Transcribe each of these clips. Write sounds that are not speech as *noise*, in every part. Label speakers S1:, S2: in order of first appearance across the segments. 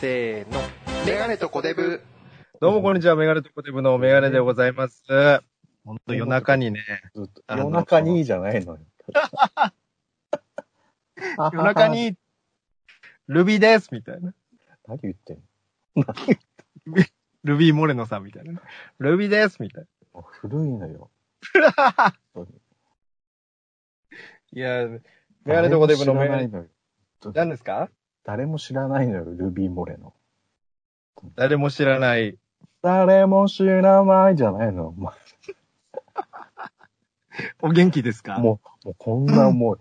S1: せーの。メガネとコデブ。
S2: どうもこんにちは、メガネとコテブのメガネでございます。ほんと夜中にね、
S3: ずっと
S2: あの
S3: 夜中にじゃない *laughs* のよ。
S2: *laughs* 夜中。に、ルビーですみたいな。
S3: 何言ってん
S2: ルビーモレノさんみたいな。ルビーですみたい
S3: のもう古いのよ。
S2: な。いや、メガネとコテブのメガネ、
S3: ネ。
S2: 何ですか
S3: 誰も知らないのよ、ルビーモレの。
S2: 誰も知らない。
S3: 誰も知らないじゃないの。ま
S2: お元気ですか
S3: あもう、もうこんなも *laughs*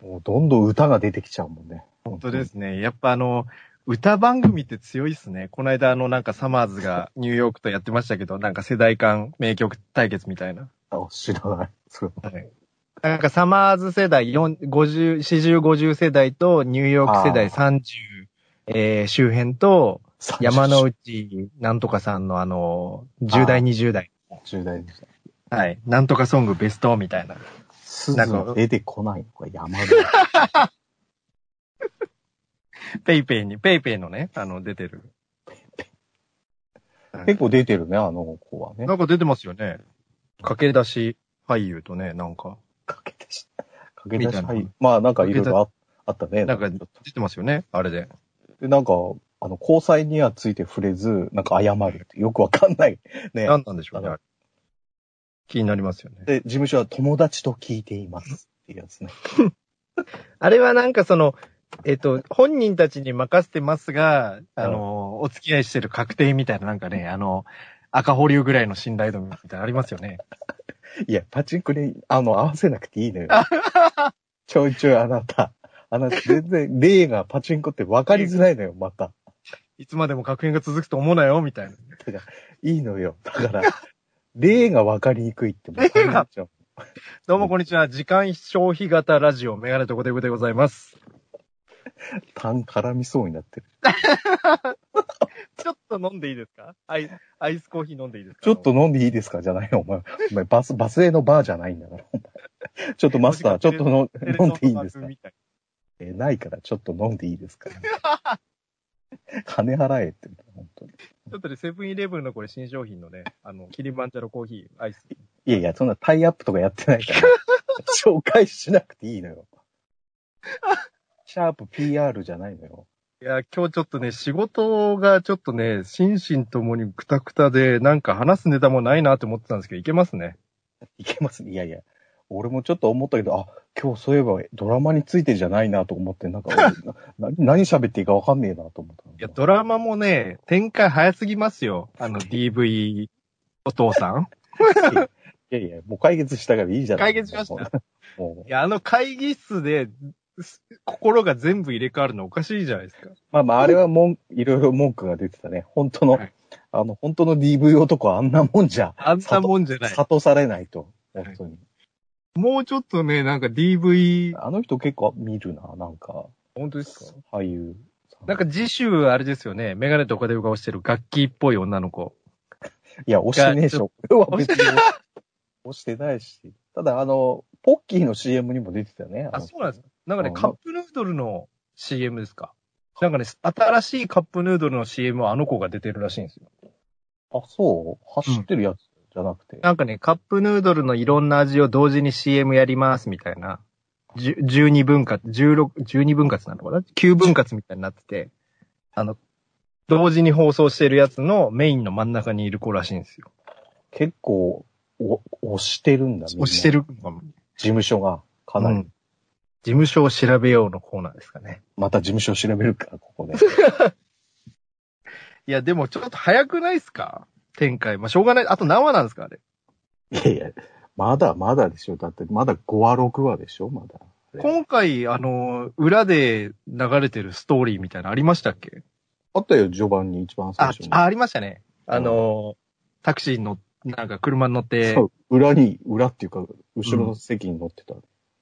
S3: う、もうどんどん歌が出てきちゃうもんね。本
S2: 本当ですね。やっぱあの、歌番組って強いっすね。この間あのなんかサマーズがニューヨークとやってましたけど、なんか世代間名曲対決みたいな。
S3: 当知らない。そう
S2: はい。なんかサマーズ世代4、50、40、50世代とニューヨーク世代
S3: あ
S2: 30、えー周辺と山の
S3: 30
S2: 内なんとかさんのあの、10代、
S3: あ
S2: 20代。
S3: 10代でした。
S2: はい。なんとかソングベストみたいな。
S3: す
S2: なん
S3: ず
S2: か
S3: は出てこないのか、山の。
S2: ペイペイに、ペイペイのね、あの、出てる。
S3: 結構出てるね、あの子はね
S2: な。んか出てますよね。駆け出し俳優とね、なんか、
S3: かけ出し。かけ出し
S2: みたいな
S3: はい。まあなんかいろいろああったね。
S2: なんか
S3: ちょっ
S2: 出てますよね、あれで。
S3: とで、なんか、あの、交際にはついて触れず、なんか謝るってよくわかんない。ね。
S2: 何なんでしょうね、
S3: あの
S2: あれ気になりますよね。
S3: で、事務所は友達と聞いていますっていうやつね。
S2: あれはなんかその、えっと、本人たちに任せてますが、あの、お付き合いしてる確定みたいななんかね、あの、赤保留ぐらいの信頼度みたいなのありますよね。
S3: いや、パチンコに、あの、合わせなくていいのよ。ちょいちょいあなた。あなた、全然、例がパチンコって分かりづらいのよ、また。
S2: いつまでも確変が続くと思うなよ、みたいな。
S3: いいのよ。だから、例が分かりにくいってもう。
S2: 例がどうもこんにちは。時間消費型ラジオ、メガネとコテブでございます。
S3: 単絡みそうになってる。
S2: ちょっと飲んでいいですかアイアイスコーヒー飲んでいいですか
S3: ちょっと飲んでいいですかじゃないよ、お前。お前、バス、バスへのバーじゃないんだから、お前。ちょっとマスター、ちょっとの
S2: テレ
S3: 飲
S2: 東
S3: んでいいんですか
S2: みたい
S3: え、ないから、ちょっと飲んでいいですか *laughs* 金払えって、本当に。
S2: なちょっとで、セブンイレブンのこれ新商品のね、あの、キリマンジャロコーヒー、アイス。
S3: いやいや、そんなタイアップとかやってな
S2: *laughs*
S3: いから、紹介しなくていいのよ。シャープ PR じゃないのよ。
S2: いや、今日ちょっとね、仕事がちょっとね、心身ともにくたくたで、なんか話すネタもないなと思ってたんですけど、いけますね。
S3: いけますね。いやいや。俺もちょっと思ったけど、あ、今日そういえばドラマについてじゃないなと思って、なんか
S2: *laughs*
S3: 俺な、な何喋っていいかわかんねえなと思った
S2: い
S3: の。
S2: や、ドラマもね、展開早すぎますよ。あの、DV *laughs* お父さん。
S3: *laughs* いやいや、もう解決したからいいじゃない
S2: 解決しました。
S3: もう
S2: い、や、あの会議室で、す心が全部入れ替わるのおかしいじゃないですか。
S3: まあまあ、あれはもん、いろいろ文句が出てたね。本当の、
S2: はい
S3: あの、本当の DV 男はあんなもんじゃ、
S2: あんなもんじゃない。
S3: 諭されないと。
S2: はい
S3: 本当に。
S2: もうちょっとね、なんか DV、
S3: あの人結構見るな、なんか、
S2: 本当ですか
S3: 俳優さん。
S2: なんか次週、あれですよね、メガネとかでが押してる楽器っぽい女の子。
S3: いや、押してねえでしょ。俺は別に押し押してないし。ただ、あの、ポッキーの CM にも出てたよね。
S2: あ、
S3: の
S2: そうなんですか。なんかね、
S3: うん
S2: カップヌードルの CM ですか。なんかね、新しいカップヌードルの CM はあの子が出てるらしいんですよ。
S3: あ、そう走ってるやつじゃなくて。
S2: なんかね、カップヌードルのいろんな味を同時に CM やりますみたいな。じゅ12分割、16、12分割なのかな ?9 分割みたいになってて、あの、同時に放送してるやつのメインの真ん中にいる子らしいんですよ。
S3: 結構、お、押してるんだ、みんな
S2: 押して。るかも。
S3: 事務所が、かなり。
S2: うん事務所を調べようのコーナーですかね。
S3: また事務所調べるから、ここで。
S2: いや、でもちょっと早くないですか展開。まあ、しょうがない。あと何話なんですかあれ。
S3: いやいや、まだまだでしょ。だって、まだ5話、6話でしょ、まだ。
S2: 今回、あの、裏で流れてるストーリーみたいなのありましたっけ
S3: あったよ、序盤に一番最
S2: あ
S3: 初に。
S2: あ、ありましたね。あの、タクシーの、なんか車に乗って
S3: そ、う、裏に、裏っていうか、後ろの席に乗ってた。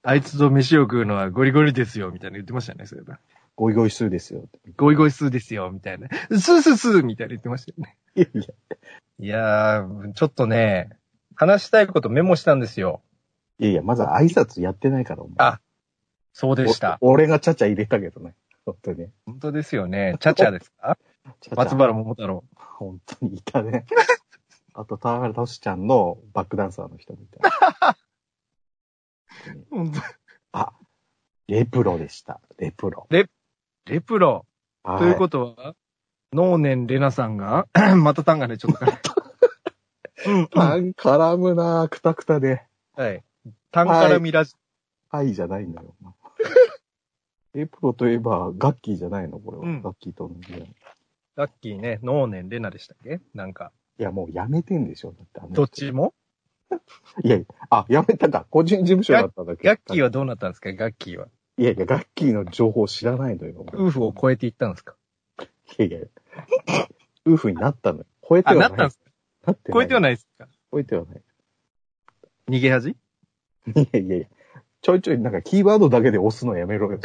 S2: あいつと飯を食うのはゴリゴリですよ、みたいな言ってましたよね、そういえば。
S3: ゴイゴイスーですよ。
S2: ゴイゴイスーですよ、みたいな。スースースーみたいな言ってましたよね。
S3: いやいや、
S2: いやー、ちょっとね、話したいことメモしたんですよ。
S3: いやいや、まず挨拶やってないから、お前。
S2: あそうでした。
S3: お俺がちゃちゃ入れたけどね。本当に。
S2: 本当ですよね。チャチャですか松原桃太郎。
S3: 本当にいたね。 *laughs* あと、田原俊ちゃんのバックダンサーの人みたいな。
S2: 本当
S3: あ、レプロでした。レプロ。
S2: レプロ。
S3: は
S2: ということは、能年レナさんが、 *clears throat* またタンがね、ちょっと。うん、
S3: タン絡むなぁ、くたくたで。
S2: はい。タンからミラジ、
S3: はいじゃないんだよ。 *laughs* レプロといえば、ガッキーじゃないのこれは。
S2: うん
S3: ガッキーと同じぐらい。
S2: ラッキーね、能年レナでしたっけなんか、
S3: いや、もうやめてんでしょだってあの人
S2: どっちも
S3: いやいや、あ、やめたか。個人事務所だっただけ。
S2: ガッキー
S3: は
S2: はどうなったんですかガッキーは。
S3: いやいや、ガッキーの情報知らないのよ。
S2: 夫婦を超えていったんですか
S3: いやいや。夫婦になったのよ。超えて
S2: あ、な
S3: はな。
S2: いったんですか
S3: なって
S2: 超えては
S3: ない。
S2: ないですか
S3: 超えてはない。
S2: 逃げ恥
S3: いやいやいや。ちょいちょいなんかキーワードだけで押すのやめ
S2: *laughs*
S3: ろよ。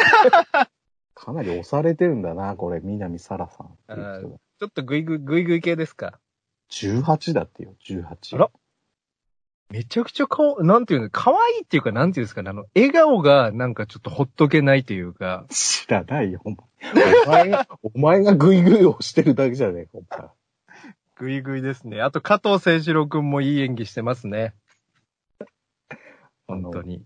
S3: かなり押されてるんだな、これ、南沙羅さんっていう人が。
S2: ちょっとグイグイ、グイグイ系ですか
S3: 18だってよ、18。
S2: あらめちゃくちゃ顔、なんていうの、可愛いっていうか、なんていうんですかね、あの、笑顔がなんかちょっとほっとけないというか、
S3: 知らないよ、お前。お前が、お前がグイグイ押してるだけじゃねえか、お前。
S2: グイグイですね。あと、加藤誠志郎くんもいい演技してますね。
S3: あの
S2: 本当に。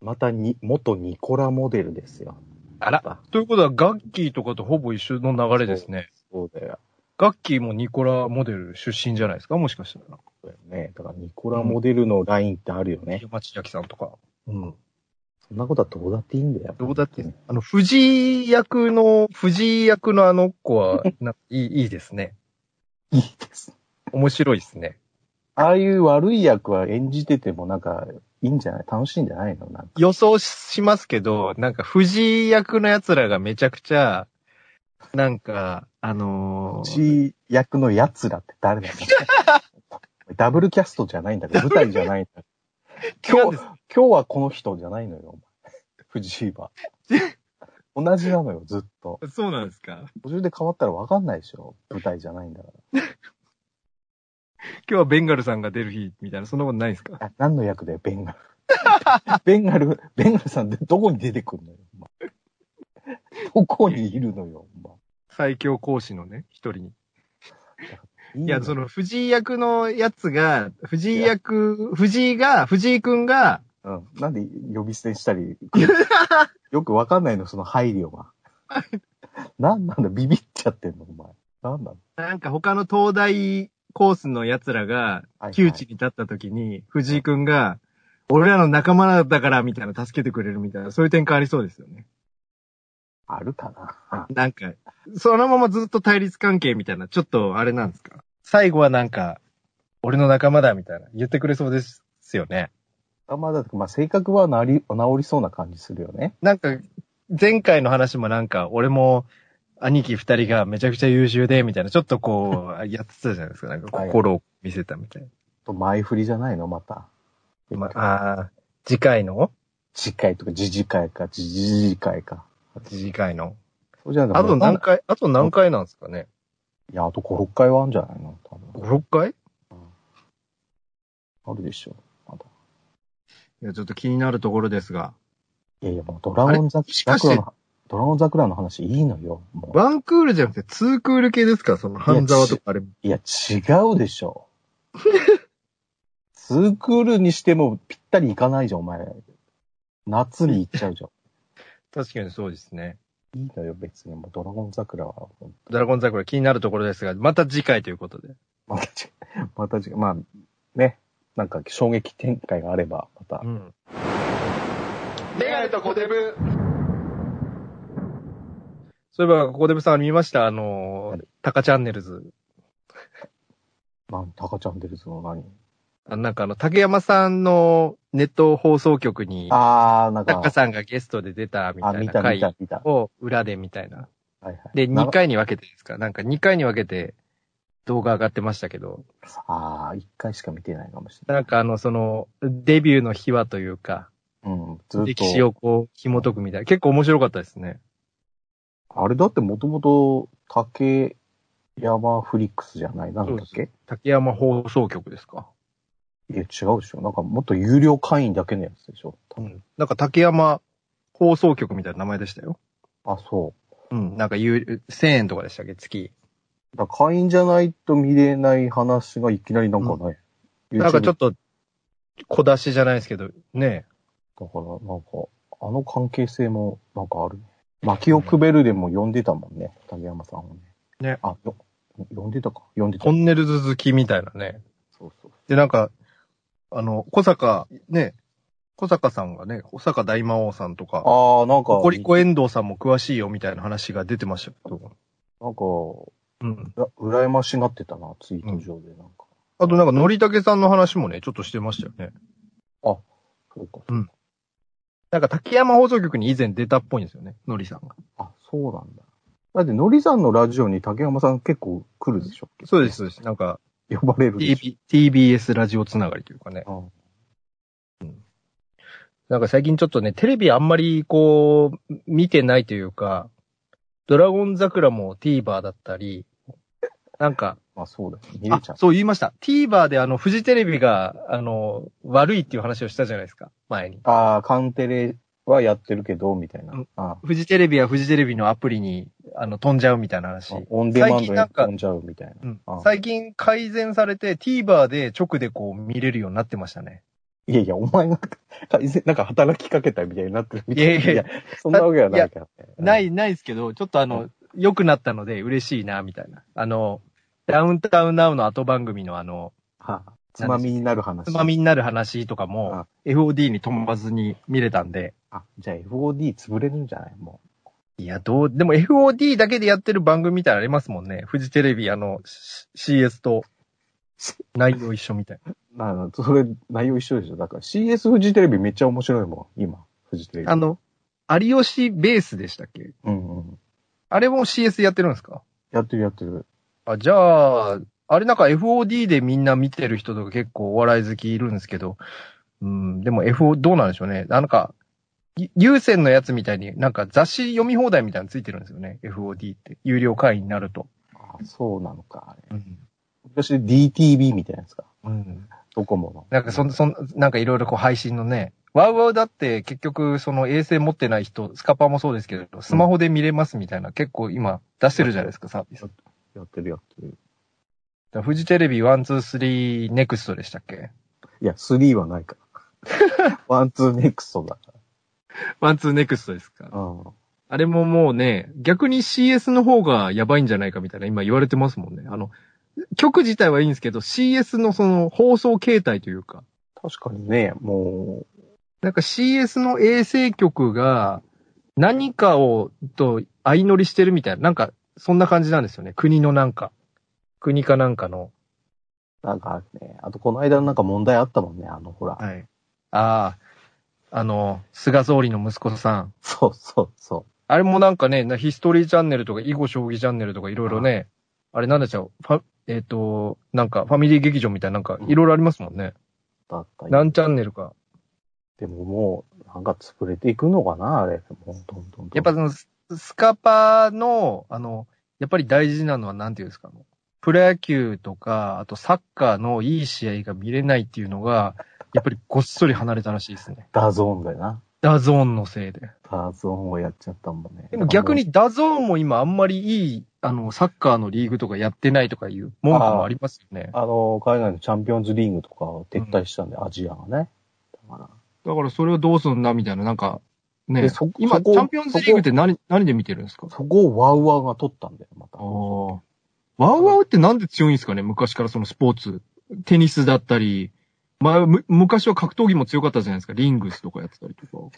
S3: またに、元ニコラモデルですよ。
S2: あら
S3: あ
S2: ということは、ガッキーとかとほぼ一緒の流れですね。
S3: そうだよ。
S2: ガッキーもニコラモデル出身じゃないですかもしかしたら。
S3: そうだよね。だからニコラモデルのラインってあるよね。
S2: 山千明さんとか。
S3: うん。そんなことはどうだっていいんだよ。
S2: どうだって。あの、藤井役の、藤井役のあの子は、ないい、いいですね。
S3: いいです。
S2: 面白いですね。
S3: ああいう悪い役は演じててもなんか、いいんじゃない楽しいんじゃないのなんか。
S2: 予想しますけど、なんか藤井役の奴らがめちゃくちゃ、なんか、あの
S3: う
S2: ー、
S3: ち役の奴らって誰だよ *laughs* ダブルキャストじゃないんだから、舞台じゃないんだか
S2: 違
S3: ら。
S2: うん
S3: 今
S2: で
S3: 日
S2: す、
S3: 今日はこの人じゃないのよ、お前 *laughs* 藤井
S2: *laughs*
S3: は。同じなのよ、ずっと。
S2: そうなんですか
S3: 途中で変わったらわかんないでしょ。舞台じゃないんだか。
S2: 今日はベンガルさんが出る日みたいな、そんなことないですから
S3: あ何の役だよ、ベ
S2: *laughs*
S3: ンガル。ベンガル、ベンガルさんってどこに出てくるのよ、お前どこにいるのよ、お
S2: 最強講師のね、一人に。
S3: 前
S2: いや、そ、の藤井役のやつが、藤井役、藤井が、藤井くんが、
S3: うん。なんで呼び捨てにしたり、
S2: *laughs*
S3: よくわかんないの、その配慮が。なんなんだ、ビビっちゃってんの、お前。なんなんだ。
S2: なんか他の東大コースの奴らが
S3: はいは、い
S2: 窮地に立った時に、藤井くんが、俺らの仲間だから、みたいな、助けてくれるみたいな、そういう展開ありそうですよね。
S3: あるかな。
S2: なんか、そのままずっと対立関係みたいな、ちょっとあれなんですか最後はなんか、俺の仲間だ、みたいな、言ってくれそうですよね。
S3: あまあ、だって、まあ、性格はなり、治りそうな感じするよね。
S2: なんか、前回の話もなんか、俺も、兄貴二人がめちゃくちゃ優秀で、みたいな、ちょっとこ *laughs* う、やってたじゃないですか。なんか、心を見せたみたいな。
S3: と、前振りじゃないの、また。
S2: まあ、あー次回の
S3: 次回とか、次次回か、次次次回か。
S2: 次回の。
S3: そうじゃない
S2: あと何
S3: か。
S2: 回、あと何回なんですかね
S3: いや、あと5、6回はあるんじゃないの多
S2: ?5、
S3: 分。
S2: 6回
S3: あるでしょ。まだ。
S2: いや、ちょっと気になるところですが。
S3: いやいや、もうドラゴンザ
S2: しかし
S3: 桜の、ドラゴン桜の話いいのよ。もう
S2: ワンクールじゃなくてツークール系ですかその半沢とかあれ。
S3: いや、違うで
S2: *laughs*
S3: しょ。ツークールにしてもぴったりいかないじゃん、お前。夏に行っちゃうじゃ
S2: 確かにそうですね。
S3: ん。いいのよ、別に。もうドラゴン桜は。
S2: ドラゴン桜気になるところですが、また次回ということで。
S3: また違う、また違う。まあ、ね。なんか衝撃展開があれば、また。
S2: ん。
S1: メガネとコデブ。
S2: そういえば、ここでぶさん見ましたあの
S3: は
S2: ー
S3: い、
S2: タカチャンネルズ。
S3: なん、タカちゃん出るぞ、何。
S2: あなんかあの、竹山さんのネット放送局に、
S3: あー、なん
S2: タカ
S3: か、
S2: さんがゲストで出たみ
S3: あ、
S2: たい
S3: 見
S2: な
S3: た見
S2: 回
S3: た見た。は
S2: を裏でみたいな。
S3: いはい。
S2: で、
S3: な
S2: 2。回に分けてですかなんか2回に分けて動画上がってましたけど。
S3: あー、1回しか見てないかもしれない。
S2: なんかあの、その、デビューの秘話というか、
S3: うん、ずっ
S2: 歴史
S3: と。
S2: をこう、紐解くみたいな。結構面白かったですね。
S3: あれだってもともと、竹山フリックスじゃないなんだっけ
S2: 竹山放送局ですか。
S3: いや、違うでしょ。なんか、もっと有料会員だけのやつでしょ。多
S2: う
S3: 分
S2: ん。なんか竹山放送局みたいな名前でしたよ。
S3: あ、そ
S2: うん、なんか有、1000円とかでしたっけ、月。
S3: だから会員じゃないと見れない話がいきなりなんかね。
S2: なんかちょ
S3: っ
S2: っと、小出しじゃないですけど、ね
S3: と。だから、なんか、あの関係性もなんかあるね。薪をくべるでも呼んでたもんね、竹山さんをね。
S2: ね
S3: あ、よ、呼んでたか。呼んでた。
S2: ト
S3: そう
S2: ンネルズ好きみたいなね。
S3: そうそう。
S2: で、なんか、あの、小坂、ね、小坂さんがね、小坂大魔王さんとか、
S3: ああ、なんか、
S2: ココリコ遠藤さんも詳しいよみたいな話が出てましたけど。
S3: なんか、
S2: うん。
S3: うら羨ましがってたな、ツイート上でなんか。
S2: あとなんか、のりたけさんの話もね、ちょっとしてましたよね。
S3: そうか。
S2: なんか、滝山放送局に以前出たっぽいんですよね、のりさんが。
S3: あ、そうなんだ。だって、のりさんのラジオに竹山さん結構来るでしょ
S2: そうです、そうです。なんか、
S3: 呼ばれるでし
S2: TB TBS ラジオつながりというかね。
S3: ょ
S2: なんか最近ちょっとね、テレビあんまりこう、見てないというか、ドラゴン桜も TVer だったり、なんか、
S3: うんまあそうだよね。見れ
S2: あ
S3: ちゃう。
S2: そう言いました。TVer であの、フジテレビが、あの、悪いっていう話をしたじゃないですか、前に。
S3: ああ、カンテレはやってるけど、みたいな。
S2: うん
S3: あ
S2: フジテレビはフジテレビのアプリに、あの、飛んじゃうみたいな話
S3: あ。オンデマンド
S2: 最
S3: に
S2: 近なんか
S3: 飛んじゃうみたいな。
S2: うん
S3: あ
S2: 最近改善されて TVer で直でこう見れるようになってましたね。
S3: いやいや、お前が改善、なんか働きかけたみたいになってるみたいな。
S2: いやいや
S3: そんなわけはないからね、
S2: な
S3: うん。
S2: い、ないですけど、ちょっとあの、良くなったので嬉しいな、みたいな。あの、ダウンタウンナウの後番組のあの、
S3: はあつまみになる話。
S2: つま。みになる話とかも
S3: あ、
S2: FOD に飛ばずに見れたんで、
S3: あ、じゃあ FOD 潰れるんじゃないも
S2: いや、どう、でも FOD だけでやってる番組みたいなのありますもんね。フジテレビ、あの、C- CS と内容一緒みたいな。
S3: う。なあそれ、内容一緒でしょ。だから CS フジテレビめっちゃ面白いもん、今。フジテレビ。
S2: あの、有吉ベースでしたっけ
S3: うんうん。
S2: あれも CS やってるんですか
S3: やってるやってる。
S2: あ、じゃあ、あれなんか FOD でみんな見てる人とか結構お笑い好きいるんですけど、うん、でも FO、どうなんでしょうね。なんか、ゆ有線のやつみたいになんか雑誌読み放題みたいなのついてるんですよね。FOD って。有料会員になると。
S3: あ、そうなのか、あれ。
S2: うん。
S3: 昔 DTV みたいなやつか。
S2: うん。
S3: ドコモの。
S2: なんかそん、そん、なんかいろいろこう配信のね、ワウワウだって結局その衛星持ってない人、スカパーもそうですけど、スマホで見れますみたいな、結構今出してるじゃないですか、サービス。だか
S3: やってるやってる。
S2: らフジテレビ123ネクストでしたっけ
S3: いや、3はな
S2: *laughs*
S3: いから。ワン、ツー、ネクストだか。
S2: ?12 ネクストですから
S3: うん。
S2: あれももうね、逆に CS の方がやばいんじゃないかみたいな今言われてますもんね。あの、曲自体はいいんですけど、CS のその放送形態というか、
S3: 確かにね、も
S2: なんか CS の衛星局が何かをと相乗りしてるみたいな、なんかそんな感じなんですよね。国のなんか、国かなんかの。
S3: う、なんかね、あとこの間なんか問題あったもんね、あの、ほら。
S2: い。ああ、あの、菅総理の息子さん。
S3: そうそうそ
S2: あれもなんかね、なヒストリーチャンネルとか囲碁将棋チャンネルとかいろいろね、あれなんだっちゃう、ファえっ、と、なんかファミリー劇場みたいななんかいろいろありますもんね。
S3: う。だった
S2: 何チャンネルか。
S3: でももう、なんか潰れていくのかな、あれ。もう、どんどんどん。
S2: やっぱその、ススカパーの、あの、やっぱり大事なのはなんていうんですか、プロ野球とか、あとサッカーのいい試合が見れないっていうのが、やっぱりごっそり離れたらしいですね。
S3: ダゾーンだよな。
S2: ダゾーンのせいで。
S3: ダゾーンをやっちゃったもんね。
S2: でも逆にダゾーンも今あんまりいい、あの、サッカーのリーグとかやってないとかいう文句もありますよね。
S3: あの。あの、海外のチャンピオンズリーグとかを撤退したんで、アジアがね。だから。
S2: だからそれをどうすんだみたいな、なんか、ね
S3: でそ。
S2: 今、
S3: そ
S2: チ
S3: こ
S2: ャンピオンズリーグって何、何で見てるんですか
S3: そこをワウワウが取ったんだよ、また
S2: あ。あ。ワウワウってなんで強いんですかね昔からそのスポーツ。テニスだったり、まあ、む昔は格闘技も強かったじゃないですか。リングスとかやってたりとか。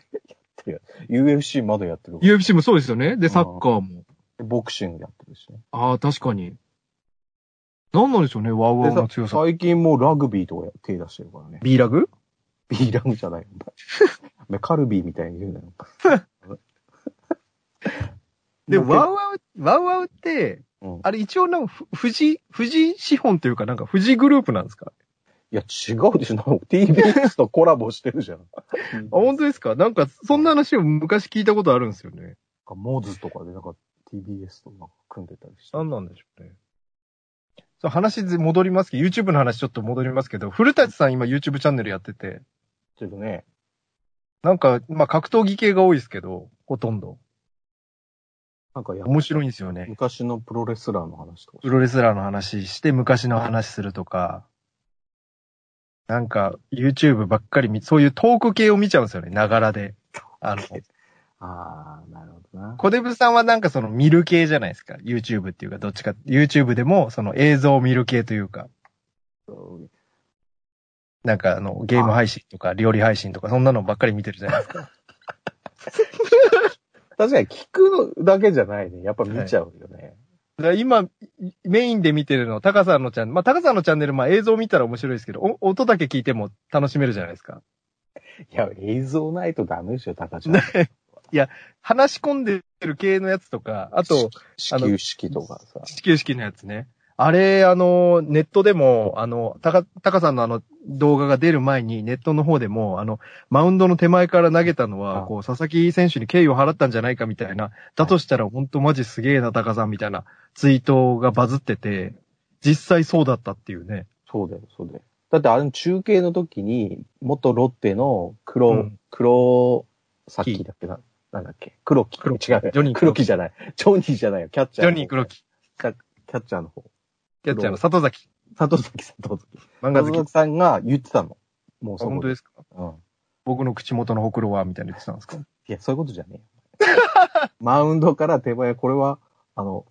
S3: UFC まだやってる。
S2: UFC もそうですよね。で、サッカーも。
S3: ボクシングやってるしね。
S2: ああ、確かに。なんなんでしょうね、ワウワウの強
S3: で
S2: さ。
S3: さ最近もうラグビーとか手出してるからね。
S2: ビーラグ
S3: ビーランじゃないよ。 *laughs* お前カルビーみたいに言うなよ。
S2: で、
S3: もうけ
S2: ワウワウ、ワウワウって、
S3: うん
S2: あれ一応なんか、ふ富士、富士資本というかなんか富士グループなんですか
S3: いや、違うでしょ。なんか TBS とコラボしてるじゃん。
S2: あ、本当ですかなんか、そんな話を昔聞いたことあるんですよね。
S3: 当モーズとかでなんか TBS となんか組んでたりして。
S2: なんなんでしょうね。そう、話ず戻りますけど、YouTube の話ちょっと戻りますけど、古舘さん今 YouTube チャンネルやってて、
S3: ちょっとね、
S2: なんか、まあ格闘技系が多いですけど、ほとんど。
S3: なんかや、
S2: 面白いんですよね。
S3: 昔のプロレスラーの話とか
S2: プ。ロレスラーの話して昔の話するとか、なんか YouTube ばっかり見、そういうトーク系を見ちゃうんですよね、ながらで。あの、
S3: ああ、なるほどな。
S2: 小デブさんはなんかその見る系じゃないですか。YouTube っていうか、どっちか、YouTube でもその映像を見る系というか、なんかあの、ゲーム配信とか料理配信とか、そんなのばっかり見てるじゃないですか。
S3: 確かに聞くのだけじゃないね。やっぱ見ちゃうよね。
S2: *laughs* だから今、メインで見てるの、高さんのチャンネル、まあ、高さんのチャンネル、まあ、映像見たら面白いですけど、お音だけ聞いても楽しめるじゃないです *laughs* か。
S3: い、や、映像ないとダメでしょ、高ちゃん。
S2: 話し込んでる系のやつとか、あと、
S3: 始球式とかさ。
S2: 始球式のやつね。あれ、あの、ネットでも、あの、たか、たかさんのあの、動画が出る前に、ネットの方でも、あの、マウンドの手前から投げたのは、
S3: あ
S2: こう、佐々木選手に敬意を払ったんじゃないかみたいな、だとしたら、ほんとマジすげえな、たかさんみたいなツイートがバズってて、実際そうだったっていうね。
S3: そうだよ、そうだよ。だってあの中継の時に、元ロッテの黒、
S2: うん
S3: 黒、さっきだっけな、なんだっけ、黒木。
S2: 黒
S3: 違うよ。
S2: ジョニー
S3: 黒木じゃない。ジョニーじゃないよ、キャッチ
S2: ジ
S3: ャー
S2: ョ
S3: の方。
S2: ニー・黒木、
S3: キャッチャーの方。
S2: キャッチャーの里崎、
S3: 佐藤崎、佐藤崎。
S2: 漫画好
S3: 佐藤
S2: き。あ
S3: 崎さんが言ってたの。もうそこ
S2: 本当
S3: で。
S2: ですか
S3: うん。
S2: 僕の口元のほくろは、みたいな言ってたんですか
S3: いや、そういうことじゃねえよ。 *laughs* マウンドから手前、これは、あの、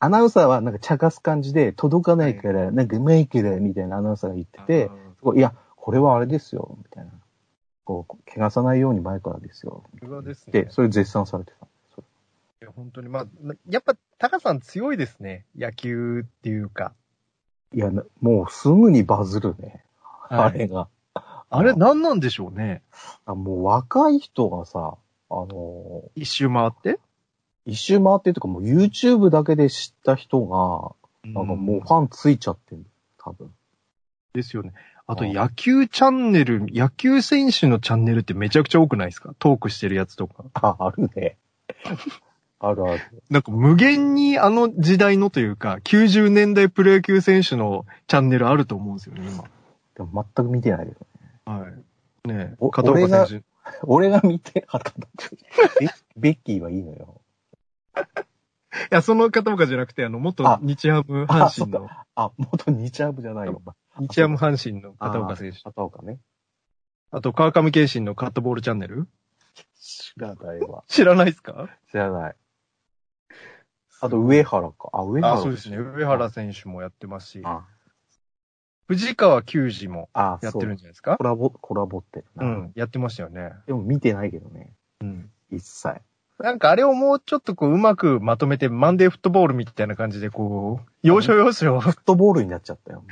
S3: アナウンサーはなんか茶化す感じで、届かないから、なんかメイクだよみたいなアナウンサーが言ってて、、すごいいや、これはあれですよ、みたいな。こう、怪我さないように前からですよ。
S2: 僕はですね
S3: で、。それ絶賛されてた。それ
S2: いや本当に、まあ、なやっぱ、タカさん強いですね。野球っていうか。
S3: いや、なもうすぐにバズるね。
S2: はい
S3: あれが。
S2: あれ、何なんでしょうね。
S3: あもう若い人がさ、あの
S2: 一周回って。
S3: ー、一周回ってとか、もう YouTube だけで知った人が、なんかもうファンついちゃってる。多分。
S2: ですよね。あと、
S3: うん
S2: 野球チャンネル、野球選手のチャンネルってめちゃくちゃ多くないですかトークしてるやつとか。
S3: あ、あるね。あるある。
S2: なんか無限にあの時代のというか、90年代プロ野球選手のチャンネルあると思うんですよね、
S3: でも全く見てないけど。
S2: 今。はい。ねえ
S3: お
S2: 片岡
S3: 俺が
S2: 選手。
S3: 俺が見てなかった。ベベッキーはいいのよ。
S2: いや、その片岡じゃなくて、あの、元
S3: あ
S2: 日ハム阪神
S3: あそ
S2: の、
S3: あ、元日ハムじゃないよ。
S2: 日ハム阪神の片岡選手。
S3: 片岡ね。
S2: あと、川上健信のカットボールチャンネル
S3: 知らないわ。
S2: 知らないですか
S3: 知らない。あと、上原か。あ、上原。
S2: あ、そうですね。上原選手もやってますし、
S3: あ、
S2: 藤川球児も
S3: あ
S2: やっ
S3: そ
S2: てるん
S3: う。
S2: じゃないですか
S3: コラボ、コラボってるな。
S2: うん、やってましたよね。
S3: でも見てないけどね。
S2: うん。
S3: 一切。
S2: なんかあれをもうちょっとこう、うまくまとめて、マンデーフットボールみたいな感じで、こう、要所要所、
S3: フットボールになっちゃったよ。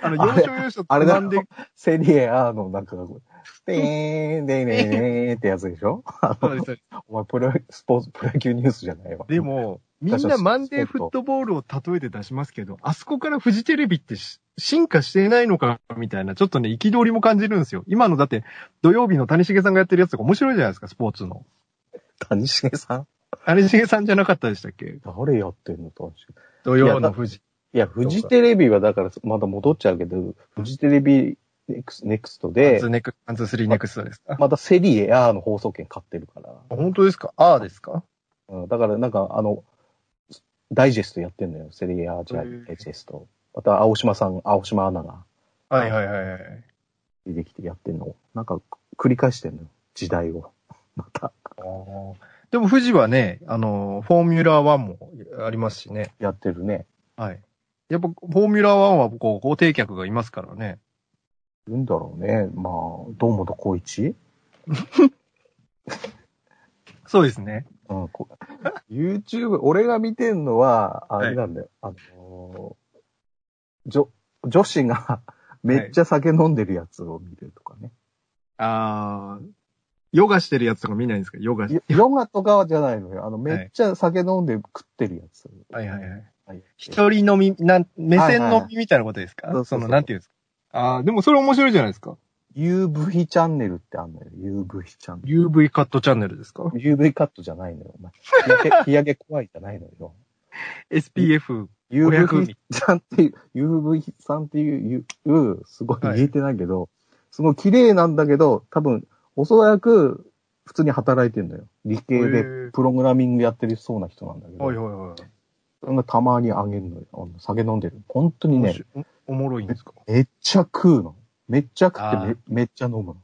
S2: あの、
S3: あ
S2: 要
S3: れ
S2: 所要所
S3: あれ
S2: な
S3: だ
S2: んで、
S3: セリエ A のなんかがこう、でーん、でーねーねーってやつでしょ
S2: そうですそうです
S3: お前、プロ、スポーツ、プロ野球ニュースじゃないわ。
S2: でも、みんなマンデーフットボールを例えて出しますけど、あそこからフジテレビってし進化してないのか、みたいな、ちょっとね、憤りも感じるんですよ。今のだって、土曜日の谷繁さんがやってるやつとか面白いじゃないですか、スポーツの。
S3: 谷繁さん
S2: 谷繁さんじゃなかったでしたっけ
S3: 誰やってんの谷繁
S2: 土曜のフジ。
S3: いや、フジテレビはだから、まだ戻っちゃうけど、フジテレビネクスネクスト
S2: ワン
S3: で
S2: ツー、ネクワンツースリーネクストですか
S3: またセリエ A の放送権買ってるから。
S2: 本当ですかああですか
S3: うん、だからなんか、あの、ダイジェストやってんのよ。セリエ A じゃ
S2: へ
S3: ダイ
S2: ー
S3: ジェスト。また、青島さん、青島アナが
S2: はいはいはいはい。
S3: 出てきてやってんのを。なんか、繰り返してんのよ。時代を。 *laughs* また、
S2: でも富士はね、あの、フォーミュラー1もありますしね。
S3: やってるね。
S2: はい。やっぱ、フォーミュラー1は、こう、固定客がいますからね。
S3: いるんだろうね。まあ、堂本光一
S2: そうですね。
S3: うん、こ
S2: *laughs*
S3: YouTube、俺が見てんのは、あれなんだよ。あのー女、女子がめっちゃ酒飲んでるやつを見る
S2: *laughs*
S3: とかね。
S2: あー、ヨガしてるやつとか見ないんですかヨガし
S3: よヨガとかはじゃないのよ。あの、
S2: は
S3: め
S2: い
S3: っちゃ酒飲んで食ってるやつ。
S2: はいはいはい。
S3: はい
S2: 一人飲み、なん、目線
S3: はい
S2: 飲
S3: は
S2: みみたいなことですか、
S3: そうそうそう
S2: その、なんていうんですかあー、でもそれ面白いじゃないですか。
S3: UV チャンネルってあんのよ。UV チャンネ
S2: UV カットチャンネルですか
S3: ル。UV カットじゃないのよ。お前日
S2: *laughs*
S3: 焼け、日焼け怖いじゃないのよ。
S2: ?SPF。
S3: UV さんっていう、UV さんっていう、いうすごい
S2: はい
S3: 言えてないけど、すごい綺麗なんだけど、多分、おそらく、普通に働いてんだよ。理系
S2: へ
S3: で
S2: ー
S3: プログラミングやってるそうな人なんだけど、
S2: はいはいはい。
S3: それがたまにあげるのよ。あの酒飲んでる。本当にね、
S2: おもしおもろいんですか
S3: めっちゃ食うの。めっちゃ食
S2: あ
S3: って
S2: ー
S3: めめっちゃ飲むの。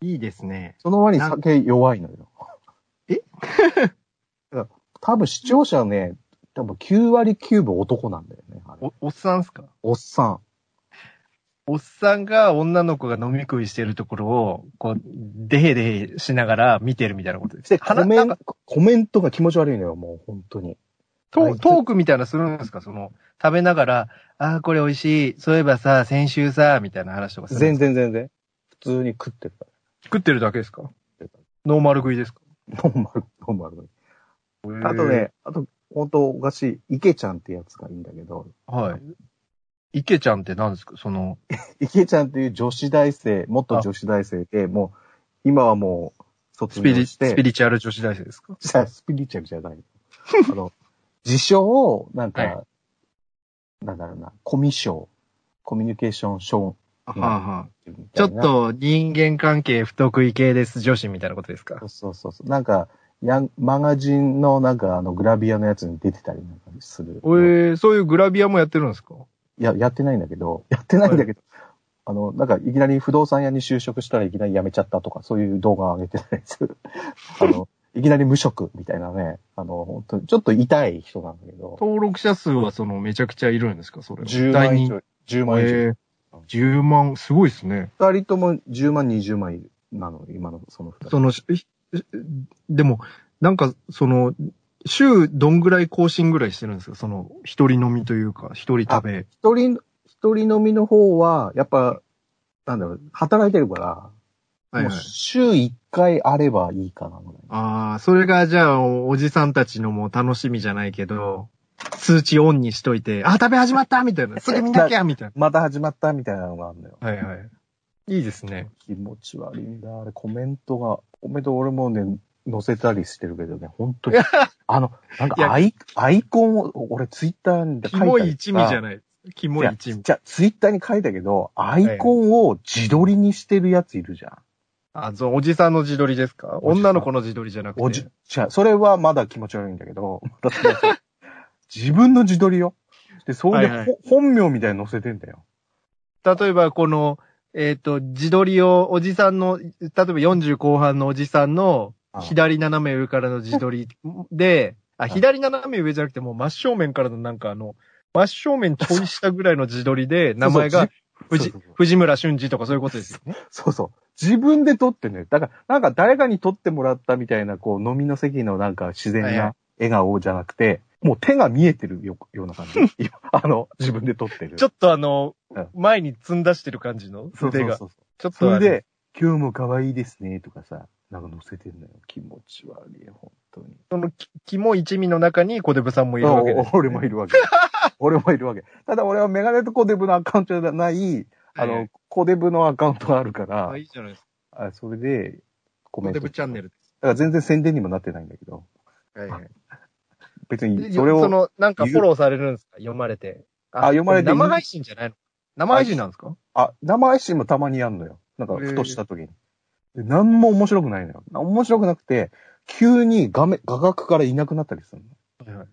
S2: いいですね。
S3: その割に酒弱いのよ。 *laughs*
S2: え
S3: だから多分視聴者はね、多分9割9分男なんだよね。あれ
S2: お、おっさんっすか
S3: おっさん。
S2: おっさんが女の子が飲み食いしてるところを、こう、でへでへしながら見てるみたいなことです。
S3: で、コ
S2: 話
S3: メ
S2: なん
S3: ン
S2: か
S3: コメントが気持ち悪いのよ、もう本当に。
S2: ト
S3: はい
S2: ートークみたいなのするんですか *laughs* その、食べながら、ああ、これ美味しい。そういえばさ、先週さ、みたいな話とかするんで
S3: 全
S2: すか。
S3: 然全然。普通に食ってるか。
S2: 食ってるだけですかノーマル食いですから
S3: *laughs* ノーマル、ノーマルに。あと。ね、あと、本当おかしい、池ちゃんってやつがいいんだけど、
S2: はい。池ちゃんって何ですかその、
S3: 池ちゃんっていう女子大生、元女子大生で、もう、今はもう、卒
S2: スピ
S3: 業
S2: リ、
S3: し
S2: ス
S3: て、
S2: ピリチュアル女子大生ですか
S3: じゃあスピリチュアルじゃない。
S2: *laughs*
S3: あの、自称を、なんか、
S2: は
S3: なんだろうな、コミショコミュニケーションショ
S2: は
S3: あ
S2: は
S3: ーン。
S2: ちょっ。と人間関係不得意系です女子みたいなことですか
S3: そうそうそうそう。なんか、ヤンマガジンのなんかあのグラビアのやつに出てたりなんかする。
S2: えー、そういうグラビアもやってるんですか
S3: いや、やってないんだけど、やってないんだけど、あの、なんかいきなり不動産屋に就職したらいきなり辞めちゃったとか、そういう動画を上げてたり
S2: *laughs*
S3: する。あの、いきなり無職みたいなね、あの、本当にちょっと痛い人なんだけど、
S2: 登録者数はそのめちゃくちゃいるんですかそれは。
S3: 10万
S2: 第
S3: 以上、10
S2: 二
S3: 万以上。
S2: えー10万、すごいですね。
S3: 二人とも10万、20万いるなの、今のその二人。
S2: その、ししでも、なんか、その、週どんぐらい更新ぐらいしてるんですかその、一人飲みというか、一人食べ。
S3: 一人、一人飲みの方は、やっぱ、なんだろう、働いてるから、
S2: はい
S3: も
S2: は
S3: う
S2: い。
S3: 週1回あればいいかな、ぐらい。
S2: ああ、それがじゃあ、おおじさんたちのもう楽しみじゃないけど、通知オンにしといて、あ、食べ始まったみたい *laughs* な。すぐ見なきゃみたい
S3: また始まったみたいなのがあるんだよ。
S2: な。はいはい。いいですね。
S3: 気持ち悪いんだ。あれ、コメントが、コメント俺もね、載せたりしてるけどね、本
S2: *laughs*
S3: 当に。あの、なん
S2: いや
S3: かアイ、アイコンを、俺ツイッターに書い
S2: キ
S3: たり
S2: モい一味じゃ
S3: い。
S2: ない。キモい一味。
S3: じゃあ、ツイッターに書いたけど、アイコンを自撮りにしてるやついるじゃん。
S2: あ、そう、おじさんの自撮りですか
S3: おじさ
S2: 女
S3: ん
S2: の子の自撮りじゃなくて。
S3: おじ、じゃあそれはまだ気持ち悪いんだけど、 *laughs* まだ気持ち悪い自分の自撮りよ。で、それでほ、
S2: はいはい
S3: 本名みたいに載せてんだよ。
S2: 例えばこの、えっ、と、自撮りをおじさんの、例えば40後半のおじさんの
S3: あ
S2: 左斜め上からの自撮りで、あ、
S3: い
S2: 左斜め上じゃなくてもう真正面からのなんかあの、真正面ちょい下ぐらいの自撮り
S3: *laughs*
S2: で、名前が
S3: そうそう
S2: 藤藤村俊二とかそういうことですよね。
S3: そうそう。自分で撮ってね。だから、なんか誰かに撮ってもらったみたいな、こう、飲みの席のなんか自然
S2: はいは
S3: な笑顔じゃなくて、もう手が見えてるよような感
S2: *laughs*
S3: じ。あの、自分で撮ってる。
S2: ちょっとあの
S3: うん、
S2: 前に積んだしてる感じの
S3: そう
S2: 腕
S3: そう
S2: が。
S3: そう。
S2: ちょっ
S3: そ
S2: とあ
S3: れ
S2: れ
S3: で、今日も可愛いですね、とかさ、なんか載せてんのよ。気持ち悪い、本当に。
S2: その、きキモい一味の中に小デブさんもいるわけです、
S3: お俺もいるわけ。 *laughs* 俺もいるわけ。ただ俺はメガネとコデブのアカウントじゃない、あ
S2: は
S3: の
S2: い、
S3: コデブのアカウントがあるから
S2: あ、いいじゃないですか。
S3: あそれで、コメ
S2: 小
S3: ン
S2: デ
S3: ト。
S2: ブ
S3: だか
S2: チャンネルで
S3: ら全然宣伝にもなってないんだけど、
S2: す。はいはい。
S3: 別に
S2: で
S3: それ
S2: そ
S3: を、
S2: の、なんかフォローされるんですか読まれて。
S3: あ読まれて
S2: 生配信じゃないの生配信なんですか
S3: あ、生配信もたまにやんのよ。なんか、
S2: へー
S3: ふとした時に。で何も面白くないのよ。面白くなくて、急に画面、画角からいなくなったりするの。
S2: はいはい。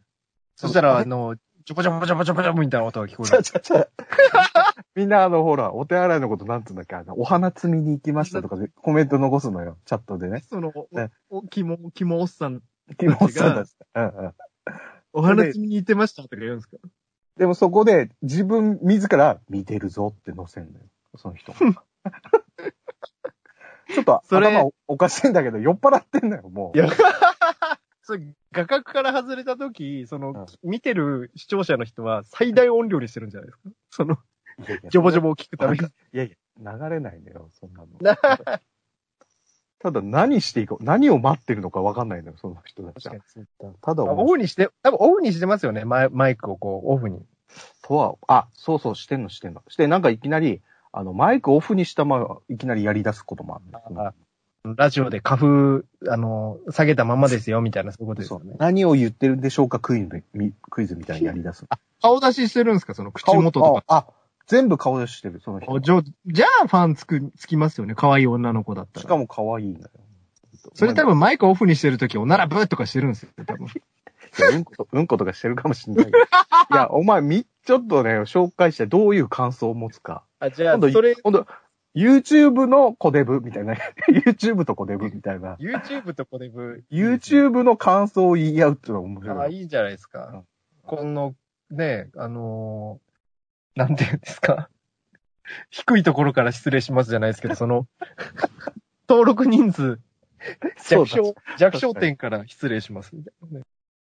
S2: そしたら、
S3: あ
S2: あの、ちょこちょこちょこちょこちょこみたいな音が聞こ
S3: ち
S2: え
S3: ゃ
S2: る。
S3: ちゃちゃ。みんなあの、ほら、お手洗いのことなんつうんだっけあのお花摘みに行きましたとかでコメント残すのよ、チャットで *laughs* ね。
S2: その、お
S3: ね
S2: お、キモ、キモおっさん、
S3: ティモンさんだし。うんうん。
S2: お花摘みに行ってましたとか言うんですか
S3: でもそこで自分自ら見てるぞって載せんだよ。その人 *laughs* が。ちょっと
S2: それ
S3: 頭おかしいんだけど、酔っ払ってんだよ、もう。
S2: いや *laughs* それ画角から外れた時、その、
S3: うん
S2: 見てる視聴者の人は最大音量にしてるんじゃないですかその、
S3: いやいや
S2: ジョボジョボを聞くため
S3: い
S2: に。
S3: やいや、流れないんだよ、そんなの。ただ何していこう、何を待ってるのかわかんないのよ、その人たちは。た
S2: *laughs*
S3: だ、
S2: オフにして、多分オフにしてますよね。マイマイクをこう、オフに。
S3: とは、あ、そうそう、してんの、してんの。して、なんかいきなり、あの、マイクオフにしたまま、いきなりやり出すこともあるんですよ
S2: あラジオで花粉、あの、下げたままですよ、みたいな、そういうことです
S3: そ
S2: よ
S3: う
S2: ね。
S3: 何を言ってるんでしょうかクイズみ、クイズみたいにやり出す。あ、
S2: 顔出ししてるんですかその口元とか。
S3: あ、あ全部顔出ししてる、その人。
S2: じゃ、じゃあファンつく、つきますよね。可愛い女の子だったら。
S3: しかも可愛いんだよ。
S2: それ多分マイクオフにしてるとき、おならぶとかしてるんですよ、多分。
S3: うんこと、うんことかしてるかもしんないけど。いや、お前、み、ちょっとね、紹介してどういう感想を持つか。
S2: あ、じゃ
S3: 今度、今度、YouTube のコデブみたいな。YouTube *laughs* とコデブみたいな。
S2: YouTube とコデブ。
S3: YouTube の感想を言い合うっていうのは面
S2: あ
S3: 白
S2: あ、
S3: い。
S2: いいじゃないですか。この、ね、あのーなんて言うんですか。低いところから失礼しますじゃないですけど、そ
S3: *laughs*
S2: の、登録人数、
S3: そう
S2: 弱
S3: だ。
S2: 小、弱小点から失礼しますみたいなね。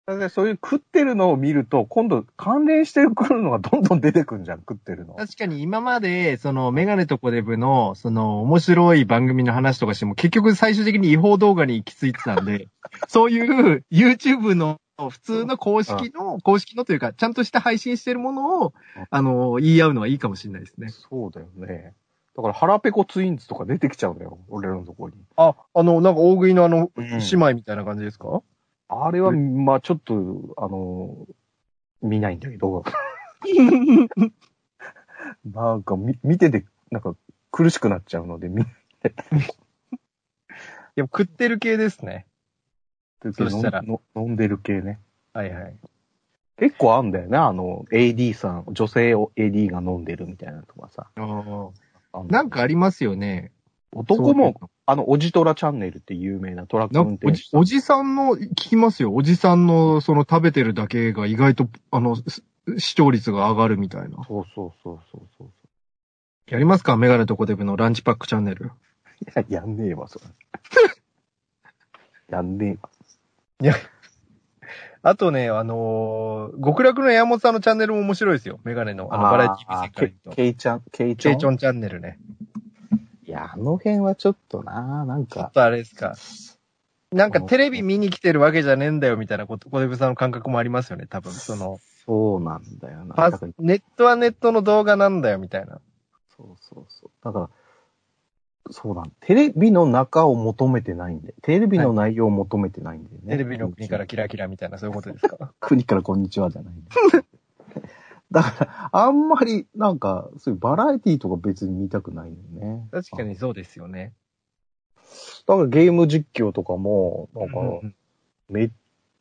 S3: だからそういう食ってるのを見ると、今度関連してくるのがどんどん出てくんじゃん、食ってるの。
S2: 確かに今まで、その、メガネとコデブの、その、面白い番組の話とかしても、結局最終的に違法動画に行き着いてたん *laughs* で、そういう YouTube の普通の公式の、公式のというか、ちゃんとした配信してるものを
S3: うん、
S2: あの、言い合うのはいいかもしれないですね。
S3: そうだよね。だから腹ペコツインズとか出てきちゃうんだよ、俺らのとこに。
S2: あ、あの、なんか大食いのあの、
S3: うん
S2: 姉妹みたいな感じですか、
S3: あれは、まあちょっと、あの、見ないんだ
S2: *laughs*
S3: けど。なんか見、見てて、なんか苦しくなっちゃうので、見
S2: いや、食ってる系ですね。
S3: てて
S2: そしたら
S3: のの飲んでる系ね。
S2: はいはい。
S3: 結構あんだよね、あの、AD さん、女性を AD が飲んでるみたいなのとかさ。あの
S2: なんかありますよね。
S3: 男も、あの、おじトラチャンネルって有名なトラック
S2: なん
S3: 運
S2: か
S3: 転
S2: おじ
S3: 手、さ
S2: おじさ
S3: ん
S2: んの、聞きますよ。おじさんの、その食べてるだけが意外と、あの、す視聴率が上がるみたいな。
S3: そうそうそうそうそう。
S2: やりますかメガネとコデブのランチパックチャンネル。
S3: いや、やんねえわ、それ。 *laughs* やんねえわ。
S2: あとね、あのー極楽の山本さんのチャンネルも面白いですよ。メガネの、あの、バラエティー見せから言う
S3: あー
S2: と。
S3: ケイちゃん、ケイち
S2: ケ
S3: ゃん。
S2: イチョンチャンネルね。
S3: いや、あの辺はちょっとな、なん
S2: ちょっ
S3: か、
S2: とあれですか。なんかテレビ見に来てるわけじゃねえんだよみたいなこと、小出部さんの感覚もありますよね、多分。その、
S3: そうなんだよな。
S2: パ
S3: だから
S2: ネットはネットの動画なんだよみたいな。
S3: そうそうそう。だから、そうなんテレビの中を求めてないんで、テレビの内容を求めてないんだよね。
S2: テレビの国からキラキラみたいな、そういうことですか。
S3: 国からこんにちはじゃないんだよ。 *laughs* だから、あんまり、なんか、そういうバラエティとか別に見たくないんだよね。
S2: *laughs* 確かにそうですよね。
S3: だからゲーム実況とかも、なんか、
S2: うんうん
S3: め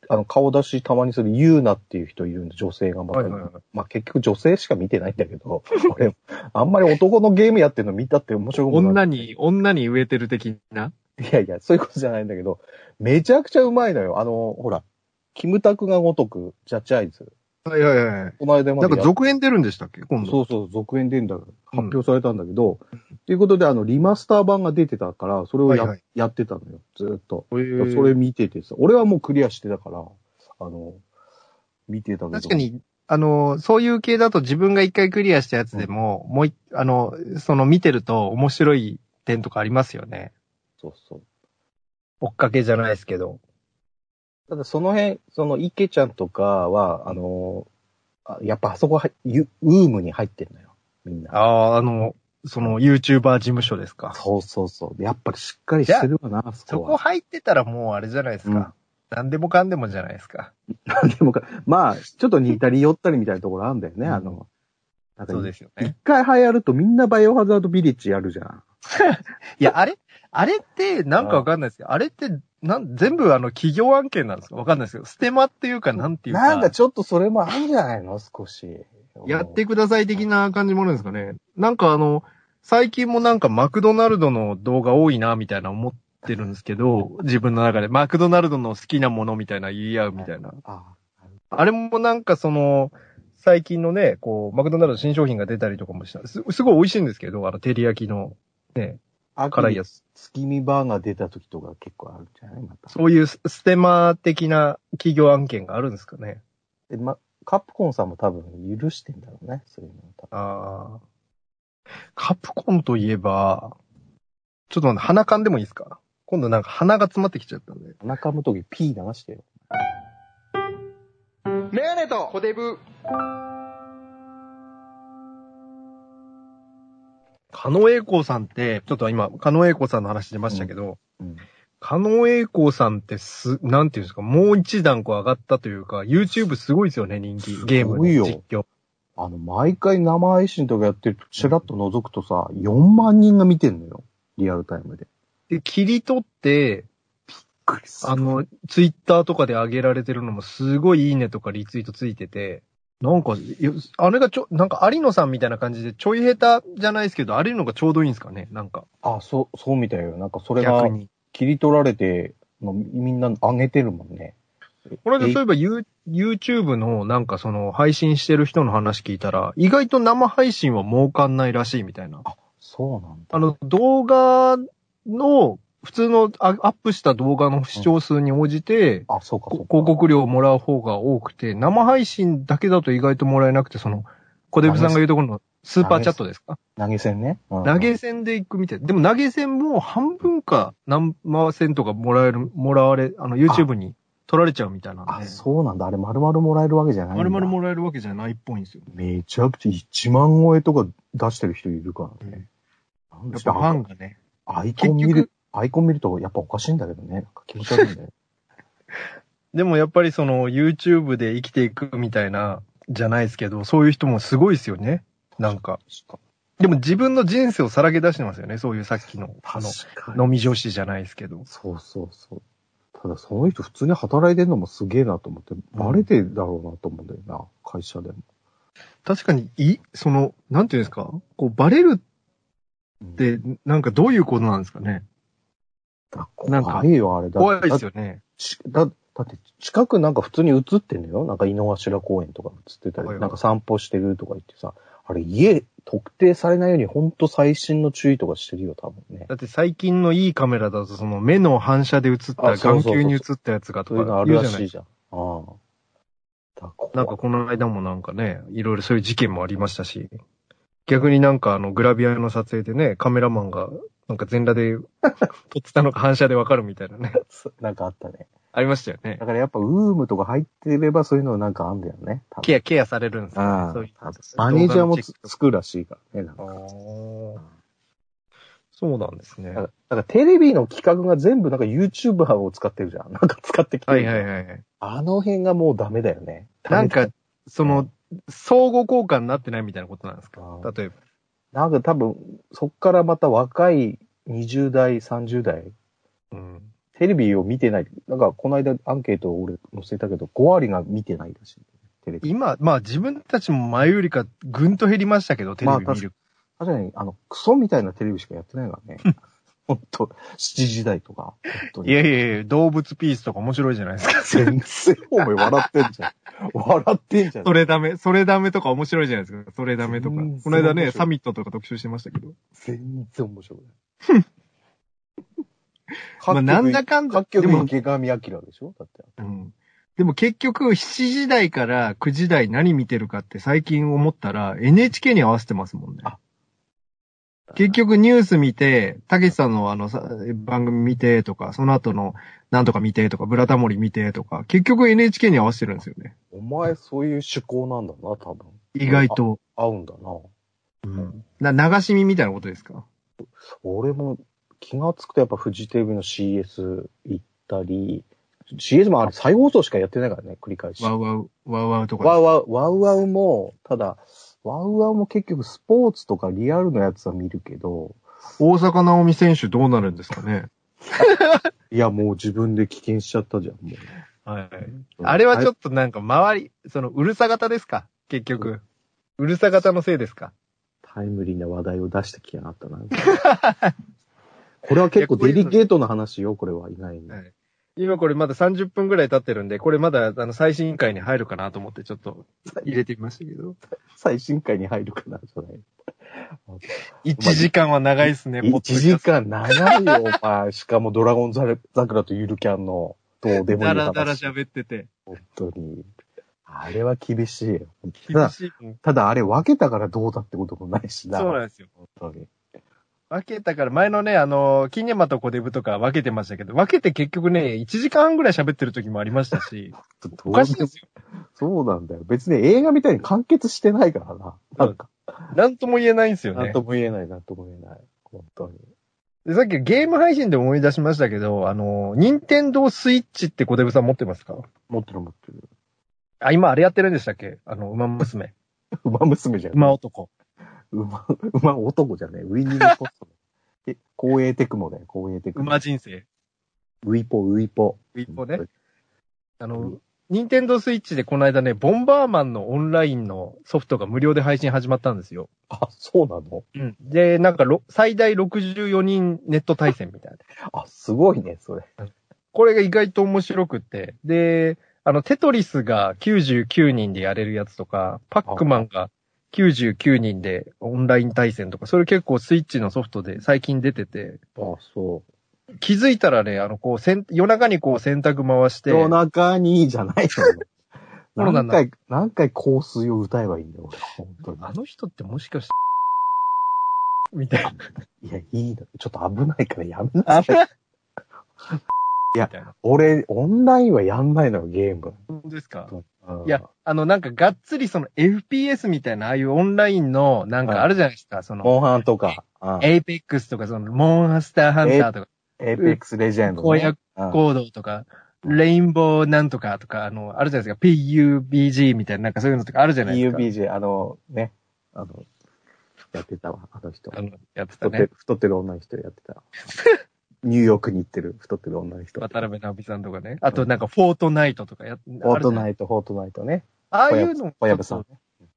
S3: あの、顔出したまにするユーナっていう人いるんで、女性がまた、
S2: はいはいはい
S3: まあ結局女性しか見てないんだけど、 *laughs* 俺、あんまり男のゲームやってるの見たって面白くもない。
S2: 女に、女に植えてる的な。
S3: いやいや、そういうことじゃないんだけど、めちゃくちゃうまいのよ。あの、ほら、キムタクがごとく、ジャッジアイズ。
S2: はいはいはい。
S3: この間ま
S2: なん
S3: で
S2: か
S3: やっ
S2: 続編出るんでしたっけ今度。
S3: そうそう、続編出るんだ発表されたんだけど、ということで、あの、リマスター版が出てたから、それをや,、
S2: はいはい
S3: やってたのよ、ずーっと。
S2: へー
S3: それ見ててさ、俺はもうクリアしてたから、あの、見てたけど。
S2: 確かに、あの、そういう系だと自分が一回クリアしたやつでも、もう一、あの、その見てると面白い点とかありますよね。
S3: そうそう。
S2: 追っかけじゃないですけど。
S3: ただその辺、その池ちゃんとかは、あの、あやっぱあそこは、ゆウームに入ってるのよ。みんな。
S2: ああ、あの、その YouTuber 事務所ですか。
S3: そうそうそう。でやっぱりしっかりしてるかな、あそ
S2: そ
S3: こ
S2: こ
S3: は。
S2: 入ってたらもうあれじゃないですか。何でもかんでもじゃないですか。
S3: なん *laughs* でもか、まあ、ちょっと似たり寄ったりみたいなところあるんだよね、
S2: うん
S3: あの。なんか
S2: そうですよ
S3: 一
S2: ね。
S3: 回流行るとみんなバイオハザードビリッジやるじゃん。
S2: いや、あれあれって、なんかわかんないですけど、あれって、なん、全部あの、企業案件なんですかわかんないですけど、ステマっていうか、なんていうか。
S3: なんかちょっとそれもあるんじゃないの少し。
S2: やってください的な感じもあるんですかね。なんかあの、最近もなんかマクドナルドの動画多いな、みたいな思ってるんですけど、自分の中で。マクドナルドの好きなものみたいな言い合うみたいな。
S3: あ
S2: あれもなんかその、最近のね、こう、マクドナルド新商品が出たりとかもした。すすごい美味しいんですけど、あの、照り焼きの、ね、
S3: あ。
S2: 辛いや
S3: つ。
S2: つ。
S3: 月見バーガー出た時とか結構あるんじゃないまた。
S2: そういうスステマ的な企業案件があるんですかね。
S3: でま、カプコンさんも多分許してんだろうね。そういうの多分
S2: ああ。カプコンといえば、ちょっと待って、鼻噛んでもいいですか今度なんか鼻が詰まってきちゃったんで。
S3: 鼻かむ時 P 流してよ。
S1: メガネとコデブ。
S2: カノエイコさんって、ちょっと今、カノエイコさんの話出ましたけど、
S3: うん。
S2: カノエイコさんってす、なんていうんですか、もう一段こう上がったというか、YouTube すごいですよね、人気。ゲームの
S3: すごい
S2: 実況。
S3: よあの、毎回生配信とかやってると、ちらっと覗くとさ、4万人が見てんのよ。リアルタイムで。
S2: で、切り取って、
S3: くりする
S2: あの、ツイッターとかで上げられてるのもすごいいいねとかリツイートついてて、なんか、よあれがちょ、なんか有野さんみたいな感じでちょい下手じゃないですけど、あれのがちょうどいいんですかねなんか、
S3: あ、そう、そうみたいよ。なんかそれが
S2: 逆に。
S3: 切り取られて、のみんな上げてるもんね。
S2: これでそういえば You- YouTube のなんかその配信してる人の話聞いたら、意外と生配信は儲かんないらしいみたいな。
S3: そうなんだ。
S2: あの、動画の、普通のあアップした動画の視聴数に応じて、
S3: あ、そうか、そ
S2: こ
S3: うか。
S2: 広告料をもらう方が多くて、生配信だけだと意外ともらえなくて、その、小出部さんが言うところのスーパーチャットですか
S3: 投げ銭ね。うん
S2: 投げ銭で行くみたい。でも投げ銭も半分か何銭とかもらえる、もらわれ、あの、YouTube に取られちゃうみたいなん
S3: あ、
S2: で。
S3: そうなんだ。あれ、丸々もらえるわけじゃないんだ。
S2: 丸々もらえるわけじゃないっぽいんですよ。
S3: めちゃくちゃ1万超えとか出してる人いるからね。なん
S2: や
S3: で
S2: っ
S3: しょ
S2: ぱ
S3: う
S2: ファンがね。
S3: アイコン見
S2: 結局
S3: る、アイコン見るとやっぱおかしいんだけどね。なんか気持ち悪いんだよ。
S2: でもやっぱりその YouTube で生きていくみたいな、じゃないですけど、そういう人もすごいですよね。なんか。でも自分の人生をさらけ出してますよね。そういうさっきの、あ
S3: 確
S2: の、
S3: かに。
S2: 飲み女子じゃないですけど。
S3: そうそうそう。ただその人普通に働いてんのもすげえなと思って、バレてるだろうなと思うんだよな、会社でも。
S2: 確かに、い、その、なんていうんですかこう、バレるっ
S3: で、
S2: て、なんかどういうことなんですかねなんか
S3: 怖いよ、あれ。だ
S2: 怖いで
S3: だ
S2: すよね。
S3: ちだだって、近くなんか普通に映ってんのよ。なんか井の頭公園とか映ってたり、
S2: はいはい
S3: なんか散歩してるとか言ってさ、あれ家特定されないようにほんと最新の注意とかしてるよ、多分ね。
S2: だって最近のいいカメラだと、その目の反射で映った、
S3: あそうそう
S2: 眼
S3: そう
S2: 球に映ったやつがと
S3: そういうの
S2: か
S3: ある
S2: 言う
S3: ら
S2: じゃな
S3: し
S2: い
S3: いじゃん。ああ。だから
S2: なんかこの間もなんかね、いろいろそういう事件もありましたし、逆になんかあの、グラビアの撮影でね、カメラマンが、なんか全裸で撮ってたのか反射でわかるみたいなね。
S3: *laughs* なんかあったね。
S2: ありましたよね
S3: だ。からやっぱウームとか入ってればそういうのなんかあんだよね。多分
S2: ケア、ケアされるんです
S3: あ
S2: よ
S3: あ
S2: ね。
S3: マネージャーも
S2: つ
S3: つつくらしいからね。なんか
S2: そうなんですね。
S3: だからだからテレビの企画が全部なんか YouTuber を使ってるじゃん。なん *laughs* か使ってきて
S2: は
S3: る
S2: い
S3: じゃん。
S2: はいはい。
S3: あの辺がもうダメだよね。
S2: なんか、そ
S3: うん
S2: の、相互交換になってないみたいなことなんですか
S3: あ
S2: 例えば。
S3: なんか多分、そっからまた若い20代、30代、
S2: うん。
S3: テレビを見てない。なんかこの間アンケートを俺載せたけど、5割が見てないらしい。テレビ。
S2: 今、まあ自分たちも前よりかぐんと減りましたけど、テレビ
S3: まあ
S2: 見る。
S3: 確かに、あの、クソみたいなテレビしかやってな
S2: *laughs*
S3: いからね。ほんと、7時台とか。ほんと
S2: い
S3: に
S2: やいやいや、動物ピースとか面白いじゃないですか。
S3: 全然、お前笑ってんじゃん。笑ってんじゃん。
S2: それダメ、それダメとか面白いじゃないですか。それダメとか
S3: 全然。
S2: この間
S3: 面白
S2: ね、
S3: い
S2: サミットとか特集してましたけど。
S3: 全然面白く
S2: *laughs* ま
S3: な
S2: あ
S3: い。
S2: なんだかんだ、
S3: 各局
S2: でも、
S3: 池上彰でしょだって。
S2: うん。でも結局、7時台から9時台何見てるかって最近思ったら、NHK に合わせてますもんね。
S3: あ
S2: 結局ニュース見て、たけしさんのあのさ番組見てとか、その後のなんとか見てとか、ブラタモリ見てとか、結局 NHK に合わせてるんですよね。
S3: お前そういう趣向なんだな、多分。
S2: 意外と。
S3: 合うんだな。
S2: うん。な、流し見みたいなことですか
S3: 俺も気がつくとやっぱフジテレビの CS 行ったり、CS もあれ再放送しかやってないからね、繰り返し。
S2: ワウワウ、ワウワウとか
S3: ワウワウ、ワウワウも、ただ、ワウワウも結局スポーツとかリアルのやつは見るけど、
S2: です。大阪なおみ選手どうなるんですかね
S3: いやもう自分で危険しちゃったじゃん、もう。
S2: はい。あれはちょっとなんか周り、そのうるさ型ですか結局。うるさ型のせいですか
S3: タイムリーな話題を出してきやがったな。 *laughs* これは結構デリケートな話よ、これは意外に。
S2: はい今これまだ30分ぐらい経ってるんで、これまだあの最新回に入るかなと思ってちょっと入れてみましたけど。
S3: 最新回に入るかな、じゃない。
S2: 1時間は長いですね、ポッドキ
S3: 1
S2: ャスト
S3: 時間長いよ、お前。しかもドラゴンザレ桜とゆるキャンの、どうでもいい
S2: だら
S3: 話。
S2: だら喋ってて。
S3: 本当に。あれは厳しいよ。た
S2: 厳
S3: だ、
S2: しいもん。
S3: ただあれ分けたからどうだってこともないしな。
S2: そうなんですよ。
S3: 本当に。
S2: 分けたから、前のね、あの、キネマとコデブとか分けてましたけど、分けて結局ね、1時間半ぐらい喋ってる時もありましたし、
S3: ちょっと
S2: お
S3: どうでも
S2: かしい *laughs* ですよ。
S3: そうなんだよ。別に映画みたいに完結してないからな。なんか、
S2: なんとも言えないんですよ
S3: なん
S2: ね。
S3: とも言えない、なんとも言えない。本当に。
S2: でさっきゲーム配信で思い出しましたけど、あの、任天堂スイッチってコデブさん持ってますか
S3: 持ってる持ってる。
S2: あ、今あれやってるんでしたっけあの、馬娘。
S3: 馬娘じゃん。
S2: 馬男。
S3: 馬、
S2: *laughs*
S3: 馬男じゃねえ。ウィニングポスト。え、光栄テクモだよ、光栄テクモ。
S2: 馬人生。
S3: ウィポ、ウィポ。
S2: ウィポね。あの、ニンテンドースイッチでこの間ね、ボンバーマンのオンラインのソフトが無料で配信始まったんですよ。
S3: あ、そうなの
S2: うん。で、なんかろ、最大64人ネット対戦みたいな。
S3: あ、すごいね、それ。
S2: これが意外と面白くって。で、あの、テトリスが99人でやれるやつとか、パックマンが99人でオンライン対戦とか、それ結構スイッチのソフトで最近出てて、
S3: あ、そ
S2: 気づいたらね、あの、こう、せん夜中にこう洗濯回し
S3: う。
S2: て、
S3: 夜中にじゃない
S2: *laughs* そう
S3: の。
S2: な
S3: 何
S2: んだ
S3: 回、何回香水を歌えばいいんだよ、俺。本当に。
S2: あの人ってもしかして、 *laughs* みたいない
S3: や、いいの。ちょっと危ないからやめなさい。
S2: み *laughs* たいな。
S3: 俺、オンラインはやんないのよ、ゲーム。
S2: 本当ですか
S3: うん
S2: いや、あの、なんか、がっつりその FPS みたいな、ああいうオンラインの、なんかあるじゃないですか、その、
S3: モンハンとか、うん
S2: エイペックスとか、その、モンスターハンターとか、
S3: エイペックスレジェンドね。
S2: 公約
S3: うん
S2: コードとか、レインボーなんとかとか、あの、あるじゃないですか、PUBG みたいな、なんかそういうのとかあるじゃないですか。
S3: PUBG、あの、ね、あの、やってたわ、あの人。
S2: あ
S3: 太
S2: の、やってた
S3: って
S2: ね。
S3: る、太ってる女の人やって
S2: *laughs*
S3: た。ニューヨークに行ってる、太ってる女の人。フ
S2: 渡辺直美さんとかね。あとなんか、フォートナイトとかや、
S3: ォート
S2: イト。
S3: ナイト、フォートナイトね。
S2: ああいうの
S3: 小籔さん。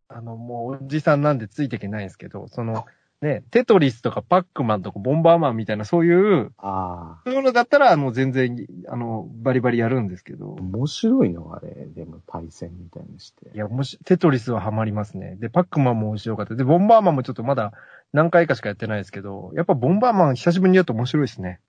S2: あの、もうおじさんなんでついていけないんですけど、その、ね、テトリスとかパックマンとかボンバーマンみたいな、そういう、
S3: あ
S2: そういうのだったら、あの、全然、あの、バリバリやるんですけど
S3: あ、。面白いの、あれ。でも、対戦みたいにして
S2: い。や、もし、テトリスはハマりますね。で、パックマンも面白かった。で、ボンバーマンもちょっとまだ何回かしかやってないですけど、やっぱボンバーマン久しぶりにやると面白いですね。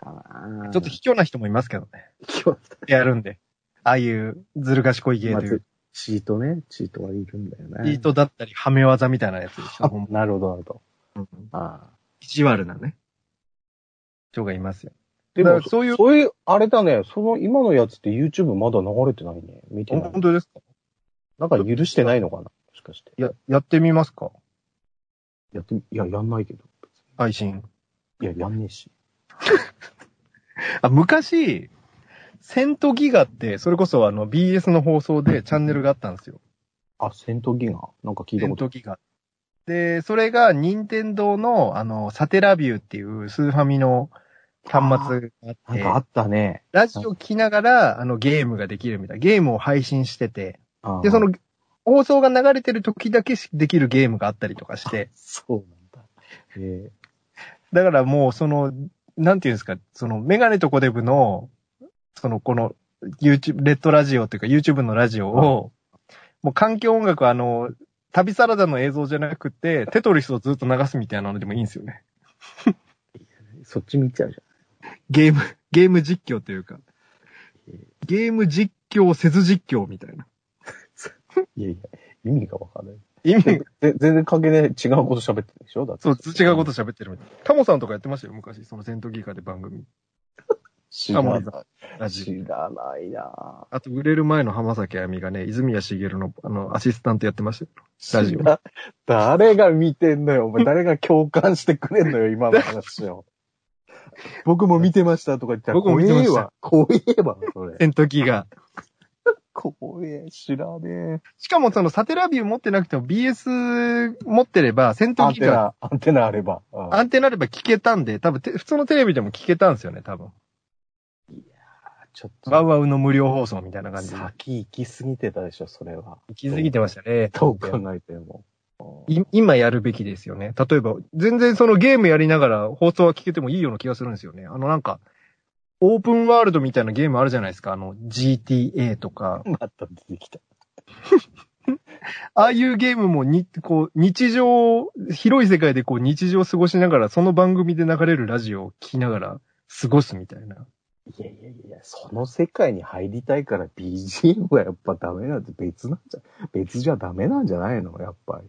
S3: かな
S2: ちょっと卑怯な人もいますけどね。
S3: 今日
S2: やるんで。ああいう、ずる賢いゲー
S3: ま
S2: という
S3: ず、チートね。チートはいるんだよね。
S2: ビートだったり、ハメ技みたいなやつでしょ。
S3: あ
S2: ほんま
S3: なるほど、なるほど。
S2: うん
S3: ああ。
S2: 意地悪なね。人がいますよ。
S3: で
S2: だか
S3: も、
S2: らそういう
S3: そういう、あれだね。その、今のやつって YouTube まだ流れてないね。見てない
S2: 本。当ですか
S3: なんか許してないのかなもしかして。
S2: や、やってみますか
S3: やってみ、いや、やんないけど。
S2: 配信。
S3: いや、やんねえし。
S2: あ、昔、セントギガって、それこそあの BS の放送でチャンネルがあったんですよ。
S3: あ、戦闘ギガなんか聞い
S2: セ
S3: た
S2: ン
S3: こ
S2: ト
S3: と。
S2: ギガ。で、それが任天堂のあの、サテラビューっていうスーファミの端末があ
S3: な
S2: っ
S3: ん
S2: て
S3: かあ、ったね。
S2: ラジオ聞きながらあのゲームができるみたいな。ゲームを配信してて、
S3: あー
S2: で、そ、の、放送が流れてる時だけしできるゲームがあったりとかして、
S3: そうなんだ。え
S2: だからもうその、なんていうんですか、そのメガネとコデブの、そのこの YouTube、レッドラジオっていうか YouTube のラジオを、もう環境音楽はあの、旅サラダの映像じゃなくて、テトリスをずっと流すみたいなのでもいいんですよね。
S3: ーそっち見ちゃうじ
S2: ゲーム、ゲーム実況というか、ゲーム実況せず実況みたいな。
S3: ゃん。いやいや、意味がわかんない。
S2: 意味
S3: ぜ、全然関係ない違うこと喋ってるでしょだって。
S2: そう、違うこと喋ってるみたいな。タモさんとかやってましたよ、昔。そのセントギガで番組。
S3: 知
S2: タ
S3: ら
S2: モ
S3: な
S2: リ
S3: い
S2: さん。ラジオ
S3: 知らないな
S2: あと、売れる前の浜崎あゆみがね、泉谷しげるの、あの、アシスタントやってましたよ。ラジオ
S3: 知ら誰が見てんのよ。お前誰が共感してくれんのよ、今の話
S2: *laughs*
S3: を。僕も見てましたとか言ったら、
S2: 僕も見てました
S3: 怖えわ。怖えわ、それ。
S2: セントギガ。
S3: 怖え、知らねえ。
S2: *laughs* しかもそのサテラビュー持ってなくても BS 持ってれば、セン
S3: ア
S2: ト
S3: ン
S2: ギ
S3: テ
S2: ガ、
S3: ナ、アンテナあれば。うん
S2: アンテナあれば聞けたんで、多分て普通のテレビでも聞けたんですよね、多分。
S3: ちょっと、
S2: ワウワウの無料放送みたいな感じで。
S3: 先行き過ぎてたでしょ、それは。
S2: 行き過ぎてましたね。
S3: どう考えても。
S2: い今やるべきですよね。例えば、全然そのゲームやりながら放送は聞けてもいいような気がするんですよね。あのなんか、オープンワールドみたいなゲームあるじゃないですか。あの GTA とか。
S3: また出てきた。
S2: ああいうゲームもに、こう、日常、広い世界でこう、日常を過ごしながら、その番組で流れるラジオを聞きながら過ごすみたいな。
S3: いやいやいや、その世界に入りたいから BGM はやっぱダメなんて別なんじゃ、別じゃダメなんじゃないのやっぱり。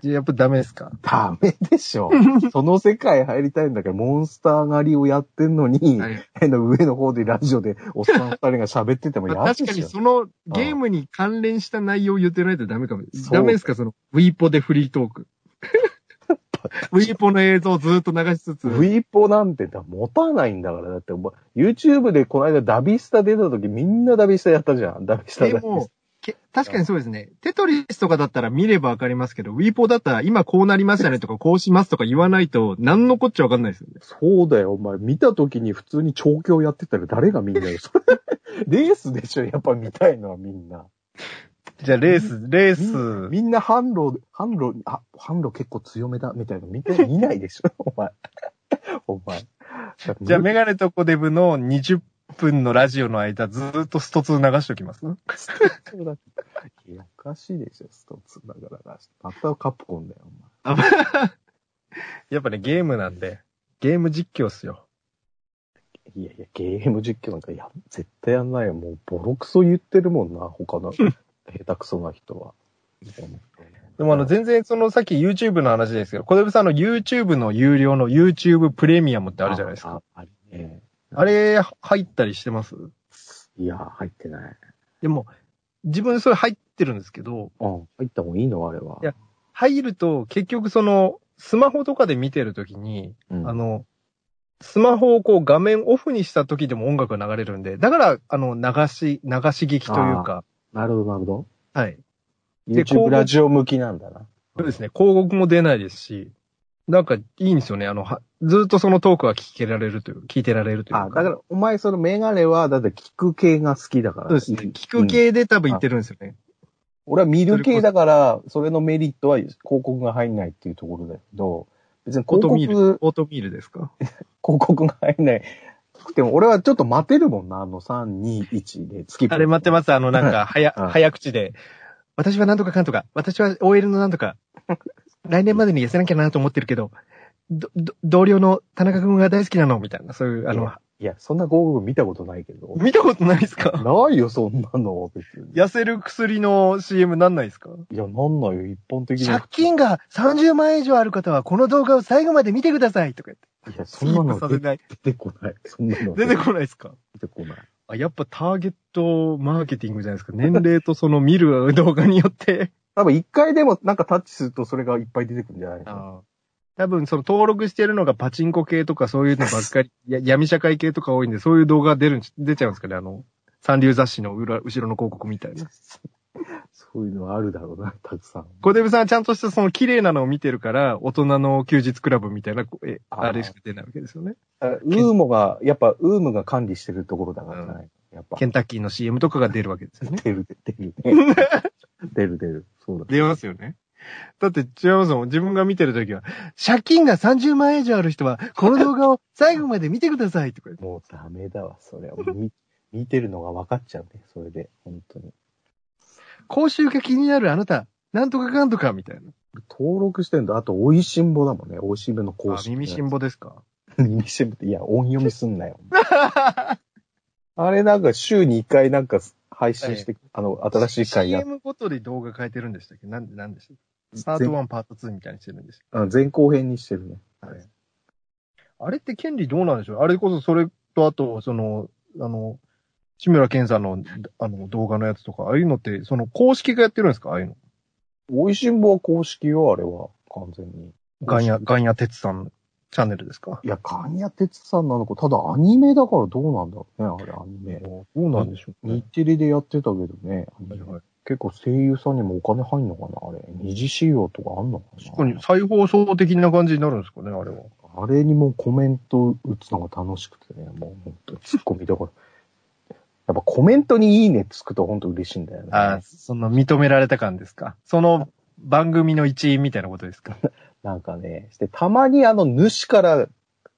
S2: じゃあやっぱダメですか
S3: ダメで
S2: *laughs*
S3: しょ。その世界入りたいんだけど、モンスター狩りをやってんのに、
S2: はい
S3: 絵の上の方でラジオでおっさん二人が喋ってても
S2: まあ
S3: や
S2: 確
S3: で
S2: か
S3: し
S2: に
S3: ょ。
S2: そのゲームに関連した内容を言ってないとダメかも。
S3: そう
S2: ダメですかその、ウィーポでフリート *laughs* ーク。ウィーポの映像をずっと流しつつ。
S3: ウィーポなんてだ持たないんだから、だってお前、YouTube でこの間ダビスタ出た時みんなダビスタやったじゃん。ダビスタ
S2: で
S3: ダビス
S2: も、け確かにそうですね。テトリスとかだったら見ればわかりますけど、ウィーポーだったら今こうなりましたねとかこうしますとか言わないと、何のこっちゃわかんないですよね。
S3: そうだよ、お前。見た時に普通に調教やってたら誰がみんなよ。そ
S2: *laughs*
S3: れ、レースでしょ、やっぱ見たいのはみんな。
S2: じゃあレース、レー
S3: みん
S2: ス、
S3: みんな販路、販路、あ、販路結構強めだ、みたいなの見て、見ないでしょ、お前。お前。
S2: じゃあメガネとコデブの20分のラジオの間ずーっとストツー流しておきます。
S3: そうだいや、おかしいでしょ、ストーツだからな。またカプコンだよ、お
S2: やっぱね、ゲームなんで、ゲーム実況っすよ。
S3: 前。いやいや、ゲーム実況なんかや、絶対やんないよ。もう、ボロクソ言ってるもんな、他の、下手くそな人は。
S2: でもあの、全然そのさっき YouTube の話ですけど、小出さんの YouTube の有料の YouTube プレミアムってあるじゃないですか。
S3: あ。ああれね。
S2: あれ、入ったりしてます
S3: いや、入ってない。
S2: でも、自分それ入ってるんですけど、
S3: うん、入った方がいいの、あれは。
S2: いや入ると結局その、スマホとかで見てるときに、
S3: うん、
S2: あの、スマホをこう画面オフにした時でも音楽が流れるんで、だから、あの、流し、流し劇というか、
S3: なるほど、なるほど。
S2: はい。でこ
S3: YouTube
S2: う
S3: ラジオ向きなんだな。
S2: そうですね、広告も出ないですし、なんかいいんですよね、あの、はずっとそのトークは聞けられるという、聞いてられるというか。
S3: あ、だから、お前、そのメガネは、だって聞く系が好きだから。
S2: そうですね、
S3: いい
S2: 聞く系で多分言ってるんですよね。
S3: 俺は見る系だから、それのメリットは広告が入んないっていうところだけど、別に
S2: オー
S3: 広
S2: ト
S3: 告、
S2: ミール、
S3: 広
S2: オートミールですか
S3: 告が入んない。でも俺はちょっと待てるもんな、あの3、2、1でスキップ。
S2: あれ待ってます、あの、なんか、早、
S3: うん
S2: 早口で。私はなんとかかんとか、私は OL のなんとか、来年までに痩せなきゃなと思ってるけど、ど、ど同僚の田中君が大好きなの、みたいな、そういう、あの、
S3: いや、そんな広告見たことないけど。
S2: 見たことないですか
S3: ないよ、そんなの、別に。
S2: 痩せる薬の CM なんないですか
S3: いや、なんないよ、一般的に。い
S2: 借金が30万円以上ある方は、この動画を最後まで見てくださいとか言って。
S3: や、そんな
S2: スキップ
S3: の
S2: させ
S3: 出
S2: ない。
S3: てこない。 *laughs* そんなの
S2: 出てこないですか
S3: 出てこない。
S2: あ、やっぱターゲットマーケティングじゃないですか。年齢とその見る動画によって。
S3: 多分一回でもなんかタッチするとそれがいっぱい出てくるんじゃないの
S2: 多分その登録してるのがパチンコ系とかそういうのばっ *laughs* かり、や闇社会系とか多いんで、そういう動画出るん、出ちゃうんですかね、あの、三流雑誌の裏、後ろの広告みたいな。
S3: そういうのあるだろうな、 *laughs* たくさん。
S2: 小出部さんはちゃんとしたその綺麗なのを見てるから、大人の休日クラブみたいな、こうえ、
S3: あー
S2: あれしか出ないわけですよね。
S3: あウーモが、やっぱウームが管理してるところだからじゃない。やっぱ
S2: ケ。ンタッキーの CM とかが出るわけですよね。
S3: 出る、出る、出る。 *laughs* 出る、出る。そうだ。
S2: 出ますよね。だって、違いますもん。自分が見てるときは、借金が30万円以上ある人は、この動画を最後まで見てくださいと *laughs* か言って。
S3: もうダメだわ、それは。もう *laughs* 見見てるのが分かっちゃうね、それで。本当に。
S2: 口臭が気になるあなた、なんとかかんとかみたいな。
S3: 登録してんだ。あと、美味しんぼだもんね。美味しんぼの公
S2: あ、
S3: 式。
S2: 耳しん
S3: ぼ。
S2: ぼですか
S3: *laughs* 耳しんぼって、いや、音読みすんな *laughs* よ。あれなんか週に1回なんか配信して、あの、新しい回や、
S2: CM ごとで動画変えてるんでしたっけなんで、なんでしたっけスタート1、パート2みたいにしてるんでし
S3: あ前後編にしてるね。
S2: たっけあれって権利どうなんでしょうあれこそそれとあと、その、あの、志村けんさんの、あの、動画のやつとか、ああいうのって、その、公式がやってるんですかああいうの。
S3: 美味しんぼは公式よ、あれは。完全に。
S2: ガンヤ、ガンヤ哲さんチャンネルですか
S3: いや、神谷哲さんなのか、ただアニメだからどうなんだろうね、あれアニメ。
S2: どうなんでしょうね
S3: 日。テレでやってたけどね、
S2: はいはい
S3: 結構声優さんにもお金入んのかな、あれ。二次仕様とかあんのかな
S2: 確かに再放送的な感じになるんですかね、あれは。
S3: あれにもうコメント打つのが楽しくてね、もう本当にツッコミどころ。やっぱコメントにいいねつくと本当嬉しいんだよね。
S2: ああ、その認められた感ですか。その番組の一員みたいなことですか。
S3: なんかね、してたまにあの主から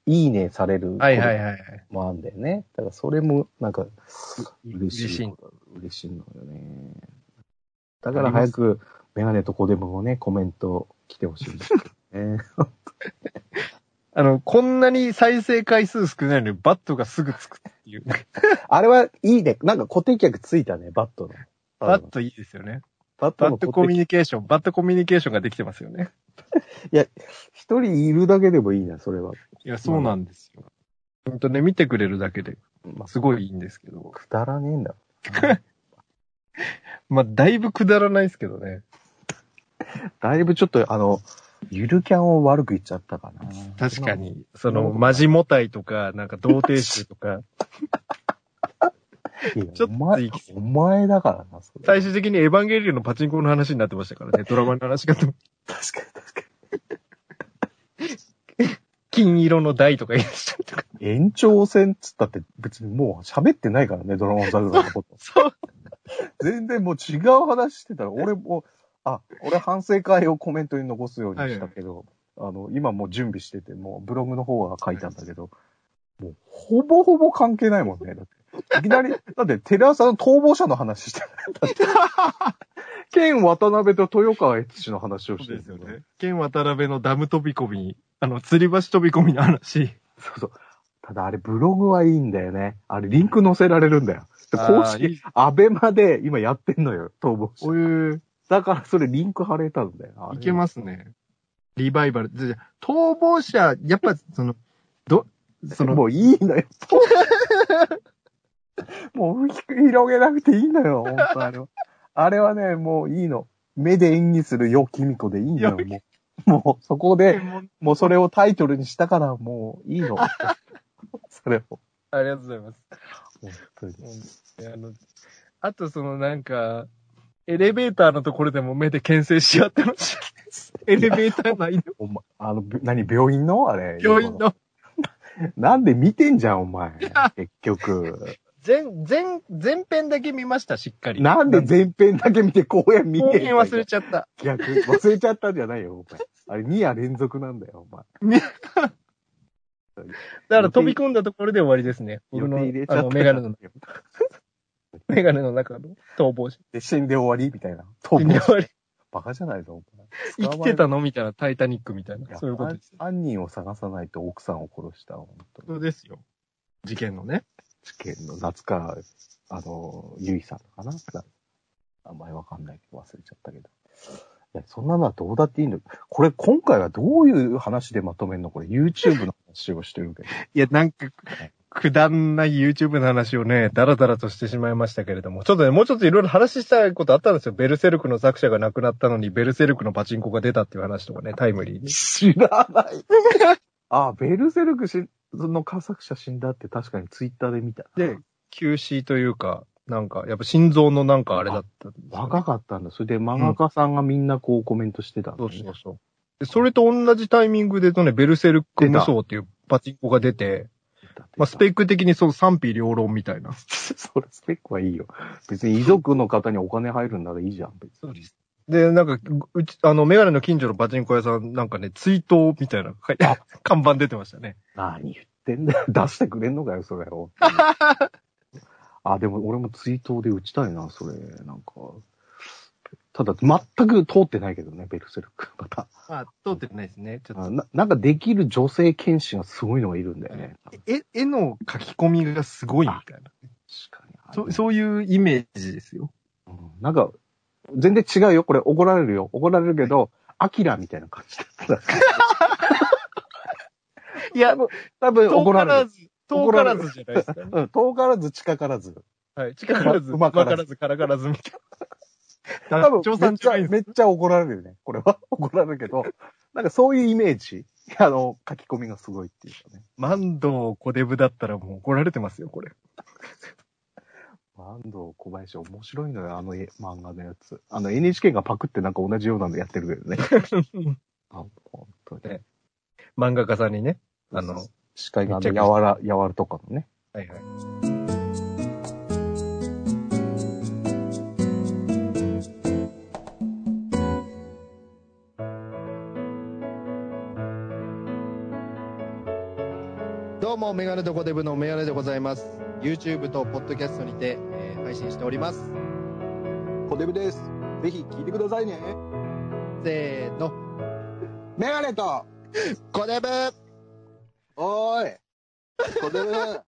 S3: いいねされる
S2: *laughs* はいはいはいはい。
S3: もあんだよね。だからそれもなんか嬉し
S2: 嬉し
S3: い。
S2: い
S3: 嬉しいのよね。だから早くメガネとコデブもね、コメント来てほしいんですけ
S2: *laughs*
S3: どね。
S2: あの、こんなに再生回数少ないのにバットがすぐつくっていう。
S3: あれはいいね。なんか固定客ついたね、バットの。
S2: バットいいですよね。
S3: バッ
S2: バ
S3: ト
S2: ッ
S3: の
S2: ト
S3: 固
S2: コ
S3: 定
S2: ミュ
S3: 客。
S2: ニケーション、バットコミュニケーションができてますよね。
S3: 一人いるだけでもいいな、それは。
S2: いや、そうなんですよ。ほんとね、見てくれるだけで
S3: まあ、
S2: すごいいいんですけど。
S3: くだらねえんだ。
S2: まあ、だいぶくだらないですけどね。
S3: だいぶちょっと、あの、ゆるキャンを悪く言っちゃったかな。
S2: 確か。に、そ
S3: んな
S2: の、
S3: ことな
S2: *laughs*
S3: い
S2: マジモタイとか、なんか、童貞集とか、
S3: いや
S2: ちょっと
S3: お前
S2: 行き過、
S3: お前だからな、それ
S2: 最終的にエヴァンゲリオンのパチンコの話になってましたからね、ドラゴンの話が。
S3: 確かに確か
S2: *laughs* 金色の台とか言い出 *laughs* したりとか。
S3: に。延長戦っつったって別にもう喋ってないからね、ドラゴン桜の
S2: *laughs*
S3: こと。
S2: そう。
S3: 全然もう違う話してたら、俺も、あ、俺反省会をコメントに残すようにしたけど、あの、今もう準備してて、もうブログの方は書いたんだけど、もうほぼほぼ関係ないもんね。だっていきなり、 *laughs* だってテレ朝の逃亡者の話してる。だって、
S2: *laughs*
S3: 県渡辺と豊川悦司の話をしてる。。
S2: 剣渡辺のダム飛び込み、あの、吊り橋飛び込みの話。
S3: そうそう。ただあれブログはいいんだよね。あれリンク載せられるんだよ。で公
S2: あーい
S3: 式
S2: い、
S3: アベマで今やってんのよ、逃亡者。
S2: おいう、
S3: だからそれリンク貼れたんだよ。あれ
S2: いけますね。リバイバル。じゃじゃ逃亡者、やっぱ、その、ど、その、
S3: もういいのよ。 *laughs* もう広げなくていいのよ、本当あれは。あれはね、もういいの。目で演技するよ、キミコでいいのよ、
S2: よ
S3: もう。もう、そこで、
S2: もう
S3: もうそれをタイトルにしたから、もういい
S2: *laughs*
S3: の。それを。
S2: ありがとうございます。
S3: 本当に。
S2: うんあのあと、そのなんか、エレベーターのところでも目で牽制し合ってました。エレベーター内の
S3: お前、あの、び何、病院のあれ。
S2: 病 *laughs* 院。の、
S3: なんで見てんじゃん、お前。結局。
S2: 全、全、全編だけ見ました、しっかり。
S3: なんで前編だけ見て、後編見
S2: 後
S3: てん
S2: 編忘れ
S3: ち
S2: ちゃった。
S3: ゃ逆、忘れちゃったんじゃないよ、お前。あれ、2夜連続なんだよ、お前。
S2: だから飛び込んだところで終わりですね。僕の、あの、メガ *laughs* ネの、メガネの中の逃亡者。
S3: で、死んで終わりみたいな。と
S2: 死んで終わり
S3: バカじゃないぞ、お前
S2: *laughs* 生きてたのみたいな、タイタニックみたい
S3: いや
S2: な。そういうことです。
S3: あ犯人を探さないと奥さんを殺した、本当
S2: そうですよ。事件のね。
S3: 事件の夏川、あの、ゆいさんかなな名前わかんないけど忘れちゃったけど。いや、そんなのはどうだっていいんだよ。これ、今回はどういう話でまとめんのこれ、YouTube の話をしてるけど。
S2: いや、なんか、くだんない YouTube の話をね、だらだらとしてしまいましたけれども、ちょっとね、もうちょっといろいろ話したいことあったんですよ。ベルセルクの作者が亡くなったのに、ベルセルクのパチンコが出たっていう話とかね、タイムリーに。
S3: 知らない。 *laughs* あ、ベルセルクしの佳作者死んだって確かにツイッターで見た。
S2: で、休止というか、なんか、やっぱ心臓のなんかあれだったんですよね、
S3: 若かったんだ。それで漫画家さんがみんなこうコメントしてたんだ
S2: そ
S3: よ
S2: う
S3: ね
S2: そうそう。で、それと同じタイミングでとね、ベルセルク無双っていうパチンコが出て、まあ、スペック的にその賛否両論みたいな。
S3: それスペックはいいよ。別に遺族の方にお金入るんならいいじゃん、別に。
S2: で、なんか、うち、あの、メガネの近所のパチンコ屋さん、なんかね、追悼みたいなの書いて、看板出てましたね。
S3: 何言ってんだよ。 *laughs* 出してくれんのかよ、そ
S2: *laughs*
S3: れを。あ、でも俺も追悼で打ちたいな、それ。なんか。ただ、全く通ってないけどね、ベルセルク。また。
S2: まあ、通ってないですね。ちょっ
S3: あ
S2: と。
S3: ななんかできる女性剣士がすごいのがいるんだよね。
S2: 絵、絵の書き込みがすごいみたいな。
S3: 確かに。
S2: そそういうイメージですよ。
S3: うんなんか、全然違うよ。これ怒られるよ。怒られるけど、アキラみたいな感じだった。
S2: いや、
S3: 多分怒られる。
S2: ず、
S3: 怒
S2: 遠か
S3: られ
S2: ら
S3: る
S2: ずじゃないですかね。
S3: うん、遠からず近からず。
S2: はい。近からず、
S3: う
S2: う
S3: ま
S2: ま
S3: から
S2: か
S3: ず
S2: らず、からからずみたいな。
S3: 多分
S2: 調
S3: めっ
S2: 査
S3: ちゃ
S2: 中、
S3: めっちゃ怒られるね。これは *laughs* 怒られるけど、なんかそういうイメージ。あの、書き込みがすごいっていうかね。
S2: 万堂小デブだったらもう怒られてますよ、これ。
S3: 安藤小林面白いのよ、あの絵漫画のやつ。あの NHK がパクってなんか同じようなのやってる
S2: *laughs*
S3: けどね。あ、本当に。
S2: ね漫画家さんにね。あの、
S3: 司会があ
S2: めっ
S3: の、
S2: ち
S3: や
S2: ゃ
S3: わら、やわらとかのね。
S2: はいはい。
S1: どうも、メガネとコデブのメガネでございます。YouTube と Podcast にて、えー配信しております。
S4: コデブです。ぜひ聞いてくださいね。
S1: せーの、
S4: メガネと、
S1: コデブ
S4: おーい、コデブ。